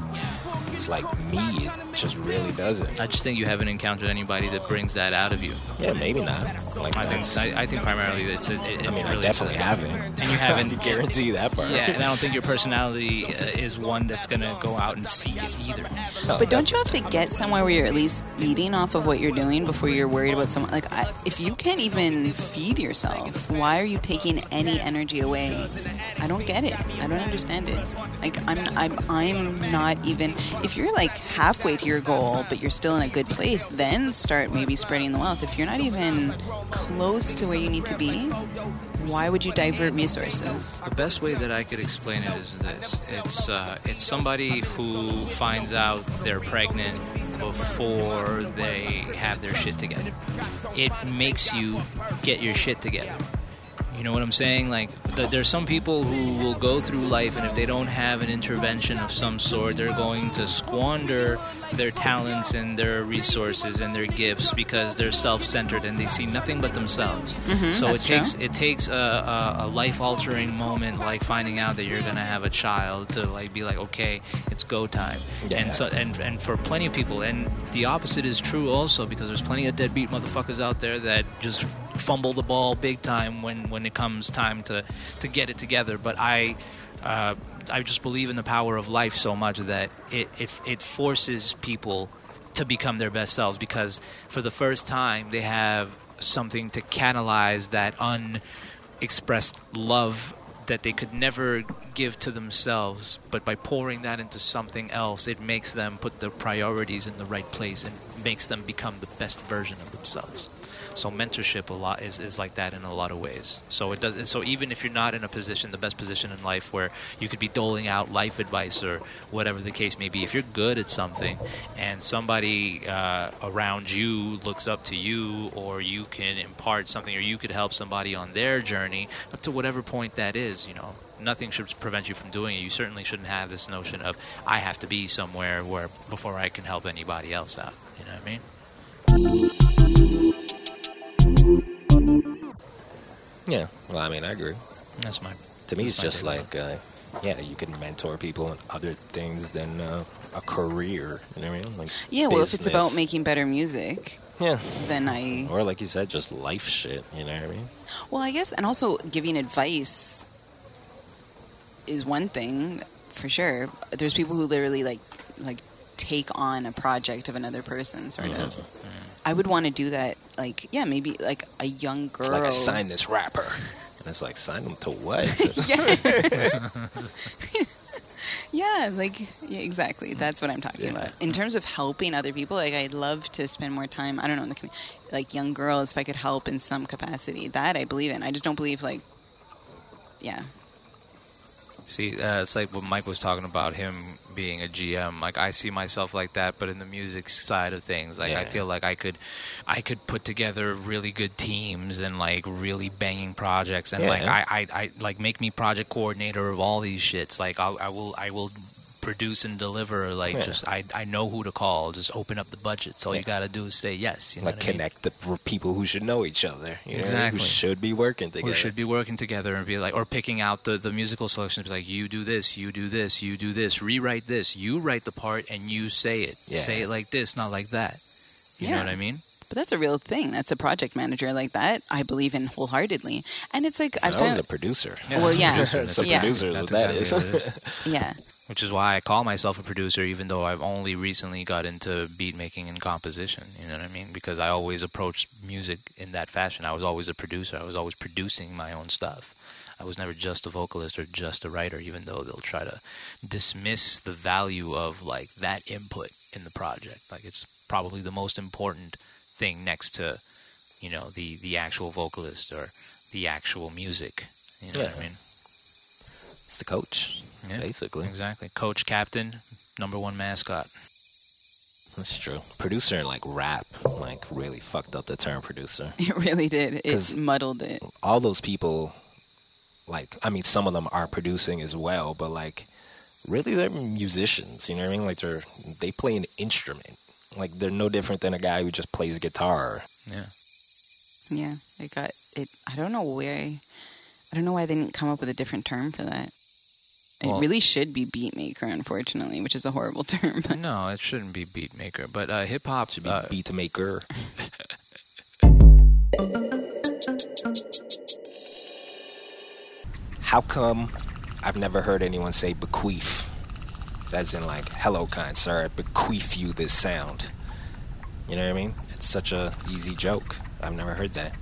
A: It's like me, it just really doesn't.
B: I just think you haven't encountered anybody that brings that out of you.
A: Yeah, maybe not. Like
B: I
A: that's-
B: think I, I think primarily that's it. it, it
A: I mean, I
B: really
A: definitely
B: says-
A: haven't.
B: And you haven't-
A: I can guarantee that part.
B: Yeah, and I don't think your personality uh, is one that's gonna go out and seek it either.
A: No,
C: but don't you have to get somewhere where you're at least eating off of what you're doing before you're worried about someone like I, if you can't even feed yourself why are you taking any energy away I don't get it I don't understand it like I'm I'm I'm not even if you're like halfway to your goal but you're still in a good place then start maybe spreading the wealth if you're not even close to where you need to be why would you divert resources
B: The best way that I could explain it is this: it's uh, it's somebody who finds out they're pregnant before they have their shit together. It makes you get your shit together. You know what I'm saying? Like that there's some people who will go through life and if they don't have an intervention of some sort they're going to squander their talents and their resources and their gifts because they're self-centered and they see nothing but themselves so it
C: Mm-hmm. that's true.
B: takes it takes a, a, a life-altering moment like finding out that you're going to have a child to like be like okay it's go time
A: Yeah.
B: and so and and for plenty of people and the opposite is true also because there's plenty of deadbeat motherfuckers out there that just fumble the ball big time when when it comes time to to get it together but i uh, i just believe in the power of life so much that it it, it forces people to become their best selves because for the first time they have something to catalyze that unexpressed love that they could never give to themselves but by pouring that into something else it makes them put their priorities in the right place and makes them become the best version of themselves so mentorship a lot is, is like that in a lot of ways so it does so even if you're not in a position the best position in life where you could be doling out life advice or whatever the case may be if you're good at something and somebody uh, around you looks up to you or you can impart something or you could help somebody on their journey up to whatever point that is you know nothing should prevent you from doing it you certainly shouldn't have this notion of i have to be somewhere where before i can help anybody else out you know what i mean
A: Yeah. Well, I mean, I agree.
B: that's my
A: To me,
B: that's
A: it's
B: my
A: just
B: take on it.
A: like, uh, yeah, you can mentor people in other things than uh, a career. You know what I mean? Like
C: Yeah, well, if it's about
A: business.
C: making better music,
A: Yeah.
C: then I.
A: Or like you said, just life shit. You know what I mean?
C: Well, I guess, and also giving advice is one thing for sure. There's people who literally like like take on a project of another person, sort of. I would want to do that. Like, yeah, maybe like a young girl.
A: Mm-hmm. Like I signed this rapper, and it's like sign him to what?
C: Yeah, like yeah, exactly. That's what I'm talking
A: Mm-hmm. Yeah.
C: about. In terms of helping other people, like I'd love to spend more time. I don't know in the community, like young girls, if I could help in some capacity, that I believe in. I just don't believe like, yeah,
B: See, uh, it's like what Mike was talking about him being a GM. Like I see myself like that, but in the music side of things, like I
A: Yeah.
B: feel like I could, I could put together really good teams and like really banging projects, and like
A: Yeah.
B: I, I, I, like make me project coordinator of all these shits. Like I'll, I will, I will produce and deliver. Like
A: Yeah.
B: just I, I know who to call. Just open up the budgets. All you gotta do is say yes. You know
A: like
B: what I mean?
A: connect the r- people who should know each other. You know,
B: Exactly.
A: Who should be working together.
B: Who should be working together and be like, or picking out the, the musical selections, be like, you do this, you do this, you do this, rewrite this, you write the part and you say it.
A: Yeah.
B: Say it like this, not like that. You know
C: Yeah.
B: what I mean?
C: But that's a real thing. That's a project manager like that. I believe in wholeheartedly. And it's like I've
A: That was
C: done.
A: a producer.
C: well, yeah,
A: That's a
C: Yeah.
A: producer.
B: That's
A: what that
B: exactly
A: is.
B: what it is.
C: yeah.
B: Which is why I call myself a producer, even though I've only recently got into beat making and composition. You know what I mean? Because I always approached music in that fashion. I was always a producer. I was always producing my own stuff. I was never just a vocalist or just a writer, even though they'll try to dismiss the value of like that input in the project. Like it's probably the most important thing next to, you know, the the actual vocalist or the actual music. You know what I
A: Yeah.
B: mean?
A: It's the coach,
B: Yeah.
A: basically.
B: Exactly. Coach, captain, number one mascot.
A: That's true. Producer in like rap, like really fucked up the term producer.
C: It really did.
A: 'Cause-
C: It muddled it.
A: all those people like i mean some of them are producing as well but like really they're musicians you know what i mean like they're they play an instrument like they're no different than a guy who just plays guitar
B: Yeah.
C: Yeah. It got it. I don't know where. I don't know why they didn't come up with a different term for that. It
B: Well-
C: really should be beat maker, unfortunately, which is a horrible term.
B: No, it shouldn't be beat maker, but uh, hip hop
A: should be beat maker how come i've never heard anyone say bequeath that's in like hello kind sir i bequeath you this sound you know what i mean it's such a easy joke i've never heard that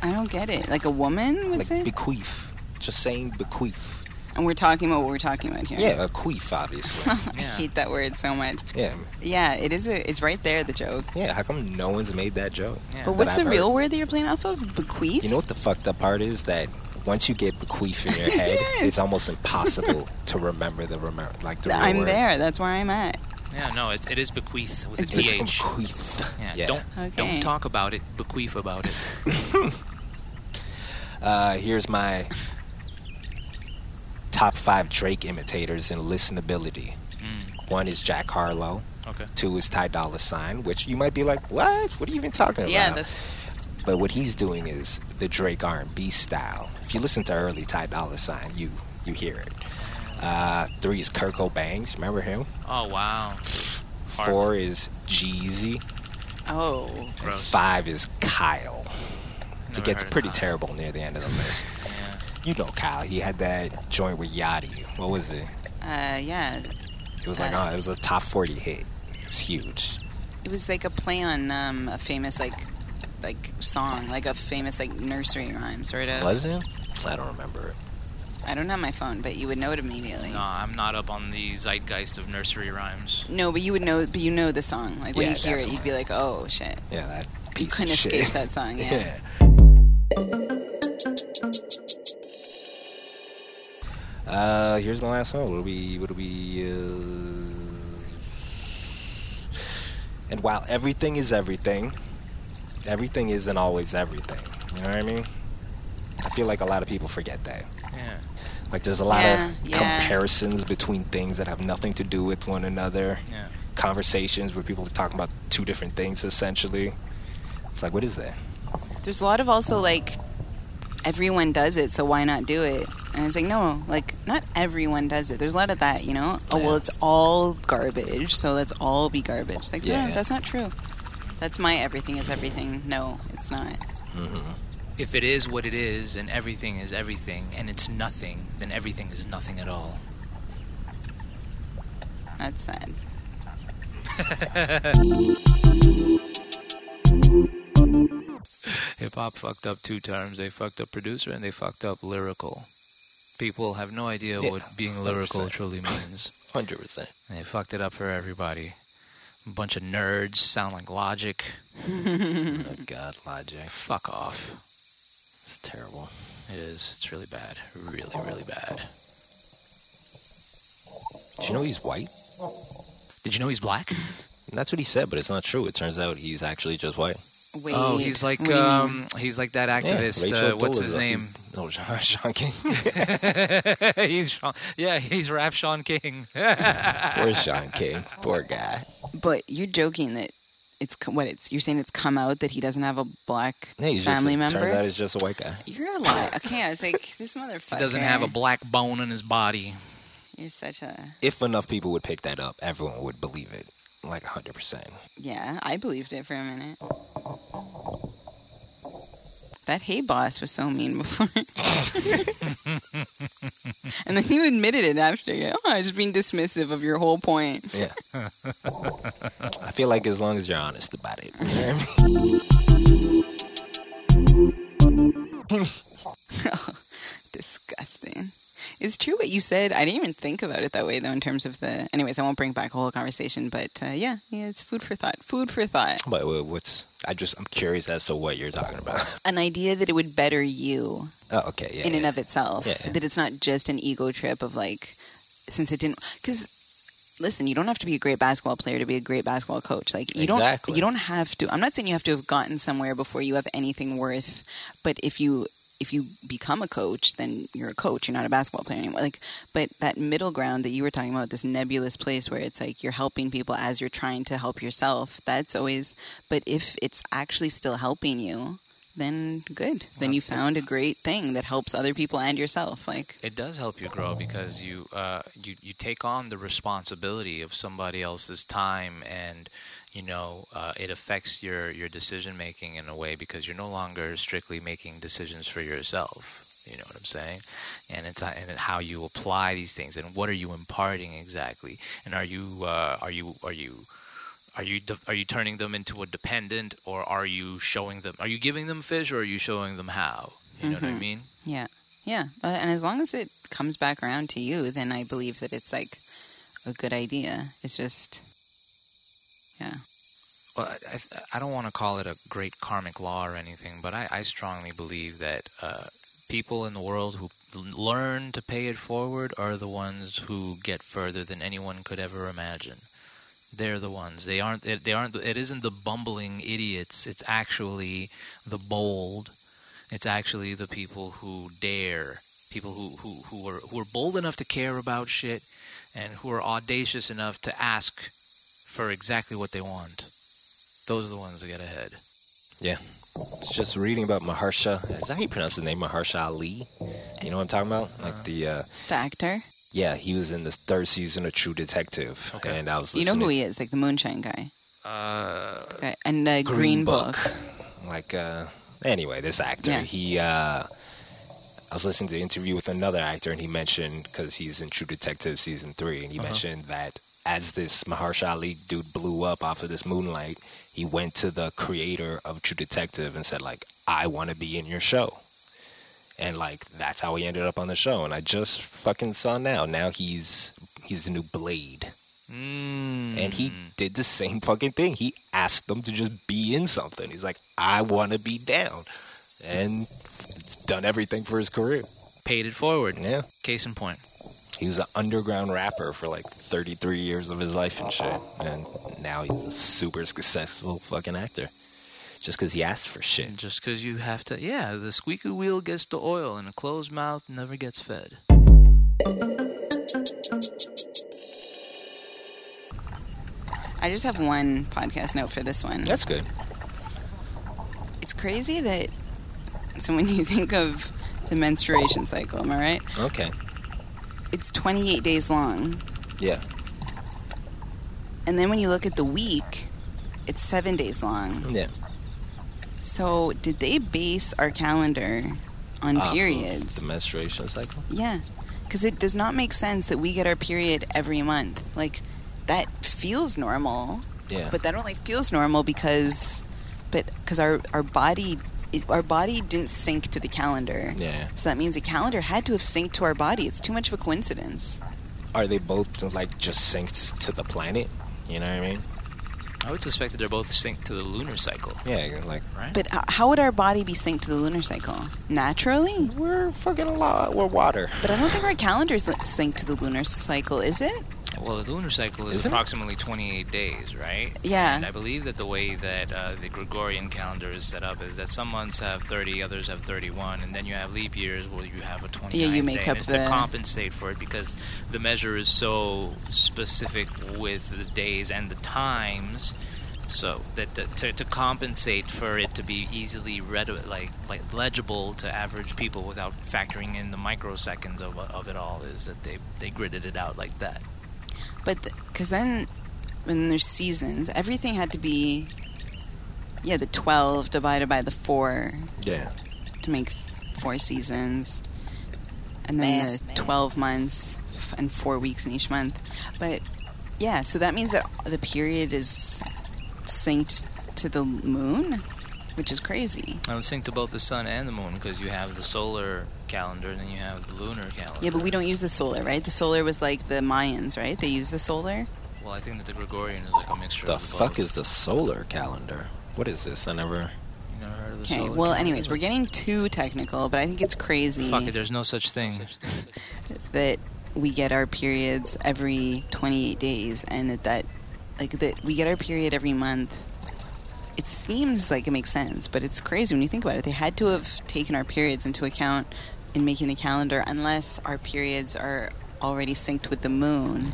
C: I don't get it. Like a woman would
A: like
C: say,
A: bequeath. Just saying bequeath.
C: and we're talking about what we're talking about here.
A: Yeah, a queef, obviously.
C: I hate that word so much.
A: yeah,
C: Yeah, it is. A, it's right there, the joke.
A: yeah. How come no one's made that joke?
C: But
A: That
C: what's
A: I've
C: the
A: heard.
C: real word that you're playing off of? Bequeath.
A: You know what the fucked up part is? That once you get bequeath in your head,
C: Yes.
A: it's almost impossible to remember the remember like the real
C: I'm
A: word.
C: there. That's where I'm at.
B: Yeah, no, it, it is bequeath with a
C: It's
A: It's
B: th.
A: bequeath.
B: Yeah, don't
C: Okay.
B: don't talk about it. Bequeath about it.
A: Uh, here's my top five Drake imitators in listenability. One is Jack Harlow.
B: Okay.
A: Two is Ty Dolla Sign, which you might be like, what? What are you even talking about?
C: Yeah, that's
A: But what he's doing is the Drake R&B style. If you listen to early Ty Dolla Sign, you you hear it. Uh, three is Kirk Bangs. Remember him?
B: Oh wow.
A: Four is Jeezy.
C: oh.
B: Gross.
A: Five is Kyle.
B: Never
A: it gets
B: heard of
A: pretty
B: Kyle.
A: terrible near the end of the list. You know Kyle. He had that joint with Yachty. What was it?
C: Uh, yeah,
A: It was like, oh, it was a top 40 hit. It was huge.
C: it was like a play on um, a famous like like song, like a famous like nursery rhyme sort of.
A: Was it? I don't remember.
C: I don't have my phone, but you would know it immediately.
B: No, I'm not up on the zeitgeist of nursery rhymes.
C: No, but you would know, but you know the song. Like when
A: Yeah,
C: you hear it, you'd be
A: definitely.
C: like, "Oh shit!"
A: Yeah, that
C: You
A: piece
C: couldn't
A: of shit.
C: escape that song. Yeah.
A: Uh, here's my last one. What do we? What do we? Uh... And while everything is everything, everything isn't always everything. You know what I mean? I feel like a lot of people forget that.
B: Yeah.
A: Like there's a lot
C: Yeah,
A: of
C: yeah.
A: comparisons between things that have nothing to do with one another.
B: Yeah.
A: Conversations where people are talking about two different things essentially. It's like, what is that?
C: There's a lot of also like everyone does it, so why not do it? And it's like, no, like not everyone does it. There's a lot of that, you know. Oh well,
A: Yeah.
C: it's all garbage, so let's all be garbage. It's like,
A: Yeah.
C: no, that's not true. That's my everything is everything. No, it's not.
B: If it is what it is, and everything is everything, and it's nothing, then everything is nothing at all.
C: That's sad.
B: Hip hop fucked up two terms. They fucked up producer and they fucked up lyrical. People have no idea
A: Yeah,
B: what being lyrical
A: 100%.
B: truly means.
A: Hundred percent.
B: And they fucked it up for everybody. A bunch of nerds sound like logic.
A: Oh God, logic.
B: Fuck off.
A: It's terrible.
B: It is. It's really bad. Really, really bad.
A: Do you know he's white?
B: Did you know he's black?
A: That's what he said, but it's not true. It turns out he's actually just white.
C: Wait.
B: Oh, he's like
C: what do you mean?
B: um, he's like that activist. uh, what's his name?
A: No, Sean, Oh, Sean King.
B: he's Sean, yeah, he's rap Sean King.
A: Poor Sean King. Poor guy.
C: But you're joking that it's co- what it's. You're saying it's come out that he doesn't have a black
A: Yeah, he's
C: family
A: just,
C: member.
A: Turns out he's just a white guy.
C: you're a lie. Okay, I was like, this motherfucker
B: He doesn't have a black bone in his body.
C: You're such a
A: If enough people would pick that up, everyone would believe it. Like hundred percent.
C: yeah. I believed it for a minute. That hey boss was so mean before, and then you admitted it after. You're, Oh, I just being dismissive of your whole point.
A: Yeah. I feel like as long as you're honest about it. You know what I mean?
C: Disgusting. It's true what you said. I didn't even think about it that way, though, in terms of the. Anyways, I won't bring back a whole conversation, but uh, yeah, yeah, it's food for thought. Food for thought.
A: But wha- what's I just I'm curious as to what you're talking about.
C: An idea that it would better you
A: Oh, okay, yeah.
C: in and
A: yeah.
C: of itself.
A: Yeah, yeah.
C: That it's not just an ego trip of like, since it didn't. Because listen, you don't have to be a great basketball player to be a great basketball coach. Like you
A: Exactly.
C: don't you don't have to. I'm not saying you have to have gotten somewhere before you have anything worth. But if you if you become a coach, then you're a coach. You're not a basketball player anymore. Like, but that middle ground that you were talking about, this nebulous place where it's like you're helping people as you're trying to help yourself. That's always. But if it's actually still helping you, then good. Then you found a great thing that helps other people and yourself. Like,
B: It does help you grow because you uh, you you take on the responsibility of somebody else's time, and you know uh, it affects your your decision making in a way because you're no longer strictly making decisions for yourself. You know what I'm saying? And it's uh, and how you apply these things, and what are you imparting exactly? And are you uh, are you are you are you de- are you turning them into a dependent, or are you showing them? Are you giving them fish, or are you showing them how? You know what I mean?
C: Yeah. Yeah. Uh, and as long as it comes back around to you, then I believe that it's like a good idea. It's just, yeah.
B: well, I, I th- I don't want to call it a great karmic law or anything, but I, I strongly believe that uh, people in the world who l- learn to pay it forward are the ones who get further than anyone could ever imagine. They're the ones. They aren't. It, they aren't. It isn't the bumbling idiots. It's actually the bold. It's actually the people who dare people who who who were who are bold enough to care about shit, and who are audacious enough to ask for exactly what they want. Those are the ones that get ahead.
A: Yeah. It's just reading about Mahersha. Is that how you pronounce his name? Mahersha Ali? You know what I'm talking about? Like the, uh,
C: The actor.
A: yeah, he was in the third season of True Detective.
B: Okay.
A: And I was
C: You
A: listening
C: know who he is, like the moonshine guy.
B: Uh,
C: The guy- And uh, Green, Book.
A: Like, uh, anyway, this actor,
C: Yeah.
A: he, uh, I was listening to the interview with another actor, and he mentioned because he's in True Detective season three, and he
C: Uh-huh.
A: mentioned that as this Mahershala Ali dude blew up off of this Moonlight, he went to the creator of True Detective and said like, "I want to be in your show," and like that's how he ended up on the show. And I just fucking saw now. Now he's he's the new Blade. And he did the same fucking thing. He asked them to just be in something. He's like, I want to be down. And it's done everything for his career.
B: paid it forward.
A: Yeah.
B: Case in point.
A: He was an underground rapper for like 33 years of his life and shit. And now he's a super successful fucking actor. Just because he asked for shit.
B: Just because you have to, yeah, the squeaky wheel gets the oil and a closed mouth never gets fed.
C: I just have one podcast note for this one.
A: That's good.
C: It's crazy that. So when you think of the menstruation cycle, am I right?
A: Okay.
C: It's 28 days long.
A: Yeah.
C: And then when you look at the week, it's seven days long.
A: Yeah.
C: So did they base our calendar on
A: Off of
C: periods?
A: Ah, The menstruation cycle.
C: Yeah. Because it does not make sense that we get our period every month. Like, that feels normal,
A: Yeah.
C: but that only feels normal because, but because our our body, it- our body didn't sync to the calendar.
A: yeah.
C: So that means the calendar had to have synced to our body. It's too much of a coincidence.
A: Are they both like just synced to the planet? You know what I mean?
B: I would suspect that they're both synced to the lunar cycle.
A: Yeah, like
C: But h- how would our body be synced to the lunar cycle? Naturally.
A: we're fucking a lot. We're water.
C: But I don't think our calendar's li- synced to the lunar cycle, is it?
B: Well, the lunar cycle is
A: Isn't it?
B: approximately 28 days, right?
C: Yeah.
B: And I believe that the way that uh, the Gregorian calendar is set up is that some months have 30, others have 31, and then you have leap years where you have a 29.
C: Yeah,
B: day.
C: you make
B: and
C: up
B: it's
C: the-
B: to compensate for it because the measure is so specific with the days and the times. So that that- to, to compensate for it to be easily read, like, like legible to average people without factoring in the microseconds of, of it all, is that they they gridded it out like that.
C: But because then, when there's seasons, everything had to be, yeah, the twelve divided by the four
A: Yeah.
C: to make th- four seasons, and then the twelve months f- and four weeks in each month. But yeah, so that means that the period is synced to the moon, which is crazy.
B: I would sync to both the sun and the moon because you have the solar calendar and then you have the lunar calendar.
C: Yeah, but we don't use the solar, right? The solar was like the Mayans, right? They use the solar.
B: Well, I think that the Gregorian is like a mixture.
A: The
B: of
A: fuck
B: both.
A: is the solar calendar? What is this? I never.
B: You never heard of the
C: Okay.
B: solar
C: Well,
B: calendar?
C: anyways, we're getting too technical, but I think it's crazy.
B: Fuck it. There's no such thing.
C: that we get our periods every 28 days and that that like that we get our period every month it seems like it makes sense but it's crazy when you think about it they had to have taken our periods into account in making the calendar unless our periods are already synced with the moon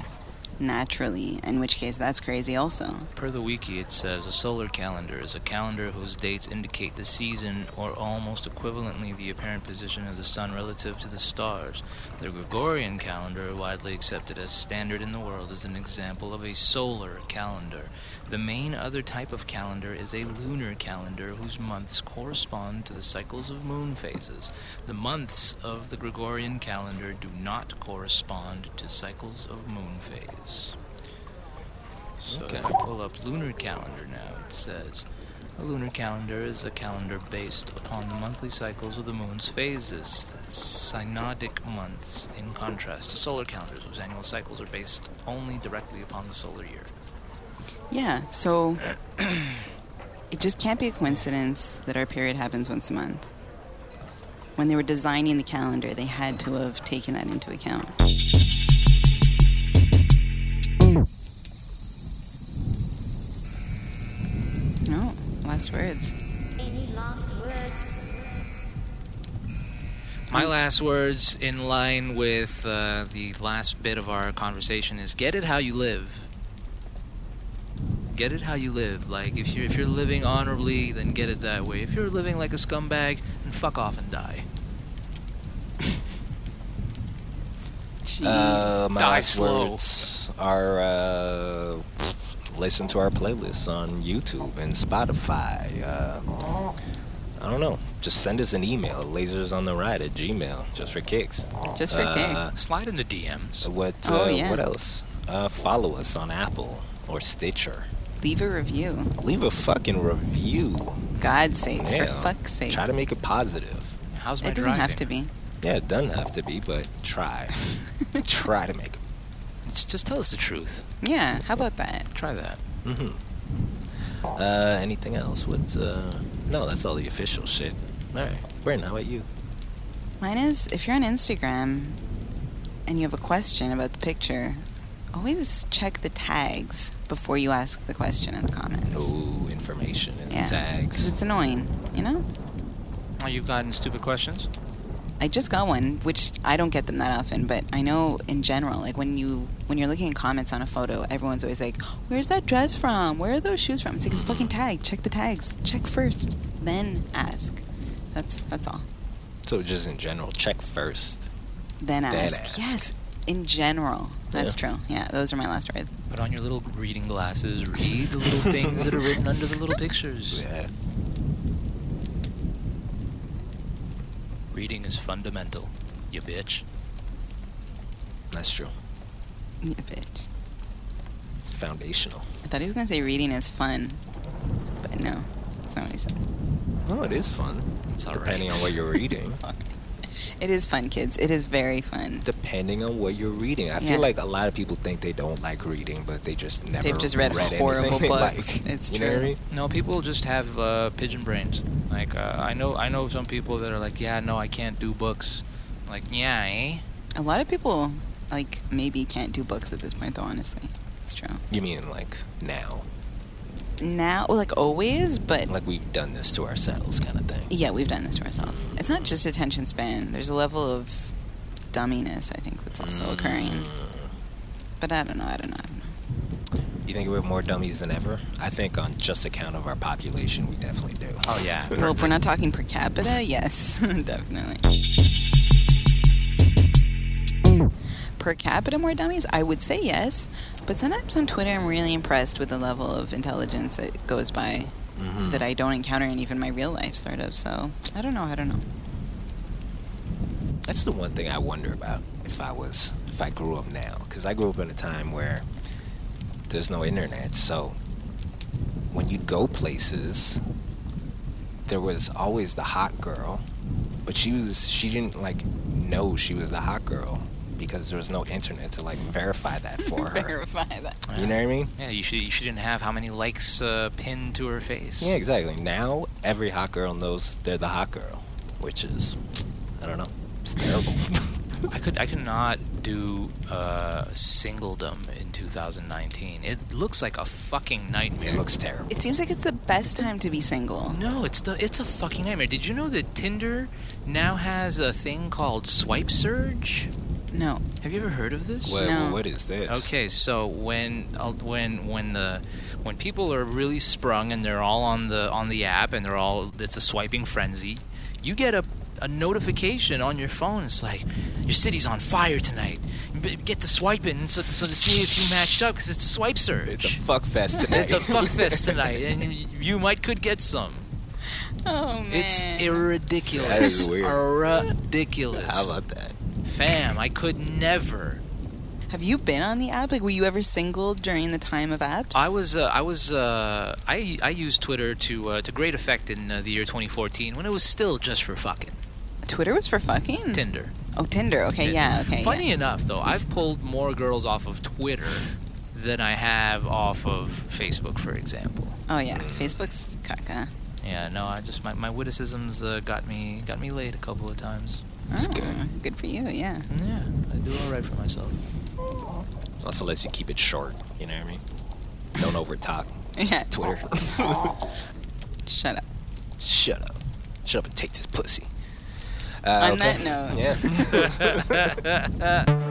C: naturally in which case that's crazy also
B: Per the wiki, it says a solar calendar is a calendar whose dates indicate the season or almost equivalently the apparent position of the sun relative to the stars. The Gregorian calendar, widely accepted as standard in the world, is an example of a solar calendar. The main other type of calendar is a lunar calendar whose months correspond to the cycles of moon phases. The months of the Gregorian calendar do not correspond to cycles of moon phase. So if I pull up lunar calendar now, it says a lunar calendar is a calendar based upon the monthly cycles of the moon's phases, synodic months, in contrast to solar calendars, whose annual cycles are based only directly upon the solar year.
C: yeah so it just can't be a coincidence that our period happens once a month when they were designing the calendar they had to have taken that into account No, last words.
J: Any last words?
B: My last words, in line with uh, the last bit of our conversation, is get it how you live. Get it how you live. Like if you're if you're living honorably, then get it that way. If you're living like a scumbag, then fuck off and die.
C: Jeez.
A: Uh, my
B: Die
A: last
B: slow.
A: words are uh, listen to our playlists on YouTube and Spotify. Uh, I don't know. Just send us an email, lasers on the ride at Gmail, just for kicks.
C: just for
A: uh,
B: Slide in the DMs.
A: So what?
C: Oh,
A: uh,
C: yeah.
A: What else? Uh, follow us on Apple or Stitcher.
C: kick. Leave a review.
A: Leave a fucking review.
C: God's sakes, for
A: Yeah.
C: fuck's sake.
A: Try to make it positive.
B: How's my
C: it doesn't
B: driving?
C: have to be.
A: Yeah, it doesn't have to be, but try. try to make it.
B: Just, just tell us the truth.
C: Yeah, how about that?
B: Try that.
A: Uh, anything else? What's uh? No, that's all the official shit. All right, Bryn, how about you?
C: Mine is if you're on Instagram and you have a question about the picture, always check the tags before you ask the question in the comments.
A: Ooh, information and
C: Yeah, 'cause
A: tags.
C: it's annoying, you know?
B: Oh, you've gotten stupid questions.
C: I just got one, which I don't get them that often, but I know in general, like when you when you're looking in comments on a photo, everyone's always like, "Where's that dress from? Where are those shoes from?" It's like it's a fucking tag. Check the tags. Check first, then ask. That's that's all.
A: So just in general, check first.
C: Then ask.
A: Then ask.
C: Yes, in general, that's
A: Yeah.
C: true. Yeah, those are my last words.
B: Put on your little reading glasses. Read the little things that are written under the little pictures.
A: Yeah.
B: Reading is fundamental. You bitch.
A: That's true.
C: You bitch.
A: It's foundational.
C: I thought he was gonna say reading is fun, but no, that's not what he said.
A: Oh, it is fun.
B: It's alright.
A: Depending on what you're reading.
C: It is fun, kids. It is very fun.
A: Depending on what you're reading. I
C: Yeah.
A: feel like a lot of people think they don't like reading, but they just never
C: They've just read
A: anything
C: horrible
A: they
C: books.
A: like.
C: It's
A: you Know what I
C: true.
A: mean?
B: No, people just have uh, pigeon brains. Like uh, I know, I know some people that are like, yeah, no, I can't do books. Like, yeah, eh?
C: A lot of people like maybe can't do books at this point, though. Honestly, it's true.
A: You mean like now?
C: Now, well, like always, but
A: Like we've done this to ourselves kind of thing.
C: yeah, we've done this to ourselves. It's not just attention span. There's a level of dumminess I think that's also
A: Mm.
C: occurring. But I don't know. I don't know. I don't know.
A: You think we have more dummies than ever? I think on just account of our population, we definitely do.
B: Oh yeah.
C: Well, if we're not talking per capita, yes, definitely. Per capita, more dummies? I would say yes, but sometimes on Twitter, I'm really impressed with the level of intelligence that goes by that I don't encounter in even my real life, sort of. So I don't know. I don't know.
A: That's the one thing I wonder about if I was if I grew up now cuz I grew up in a time where there's no internet. So when you'd go places there was always the hot girl, but she was she didn't like know she was the hot girl because there was no internet to like verify that for her.
C: Verify that.
A: You know what I mean?
B: Yeah, you should. You shouldn't have how many likes uh, pinned to her face.
A: Yeah, exactly. Now every hot girl knows they're the hot girl, which is I don't know. It's terrible.
B: I could. I could not do uh, singledom in 2019. It looks like a fucking nightmare.
A: it looks terrible.
C: It seems like it's the best time to be single.
B: No, it's the it's a fucking nightmare. Did you know that Tinder now has a thing called swipe surge?
C: No.
B: Have you ever heard of this?
A: What,
C: No.
A: what is this?
B: Okay, so when uh, when when the when people are really sprung and they're all on the on the app and they're all it's a swiping frenzy, you get a a notification on your phone. It's like your city's on fire tonight. B- Get to swiping so, so to see if you matched up because it's a swipe surge.
A: It's a fuck fest today.
B: It's a fuck fest tonight, and you, you might could get some.
C: Oh man.
B: It's ridiculous.
A: That is weird.
B: Ridiculous.
A: How about that?
B: Fam, I could never.
C: Have you been on the app? Like, were you ever single during the time of apps?
B: I was, uh, I was, uh, I, I used Twitter to uh, to great effect in uh, the year 2014 when it was still just for fucking
C: Twitter was for fucking.
B: Tinder.
C: Oh, Tinder. Okay, yeah. Okay. yeah.
B: Funny enough, though, I've pulled more girls off of Twitter than I have off of Facebook, for example.
C: Oh yeah, Facebook's caca.
B: Yeah, no, I just my, my witticisms uh, got me got me laid a couple of times.
A: It's
C: Oh,
A: good.
C: Good for you. Yeah.
B: Yeah, I do all right for myself.
A: Also lets you keep it short. You know what I mean? Don't over talk.
C: Yeah.
A: Twitter.
C: Shut up.
A: Shut up. Shut up and take this pussy. Uh, On that note.
C: Yeah.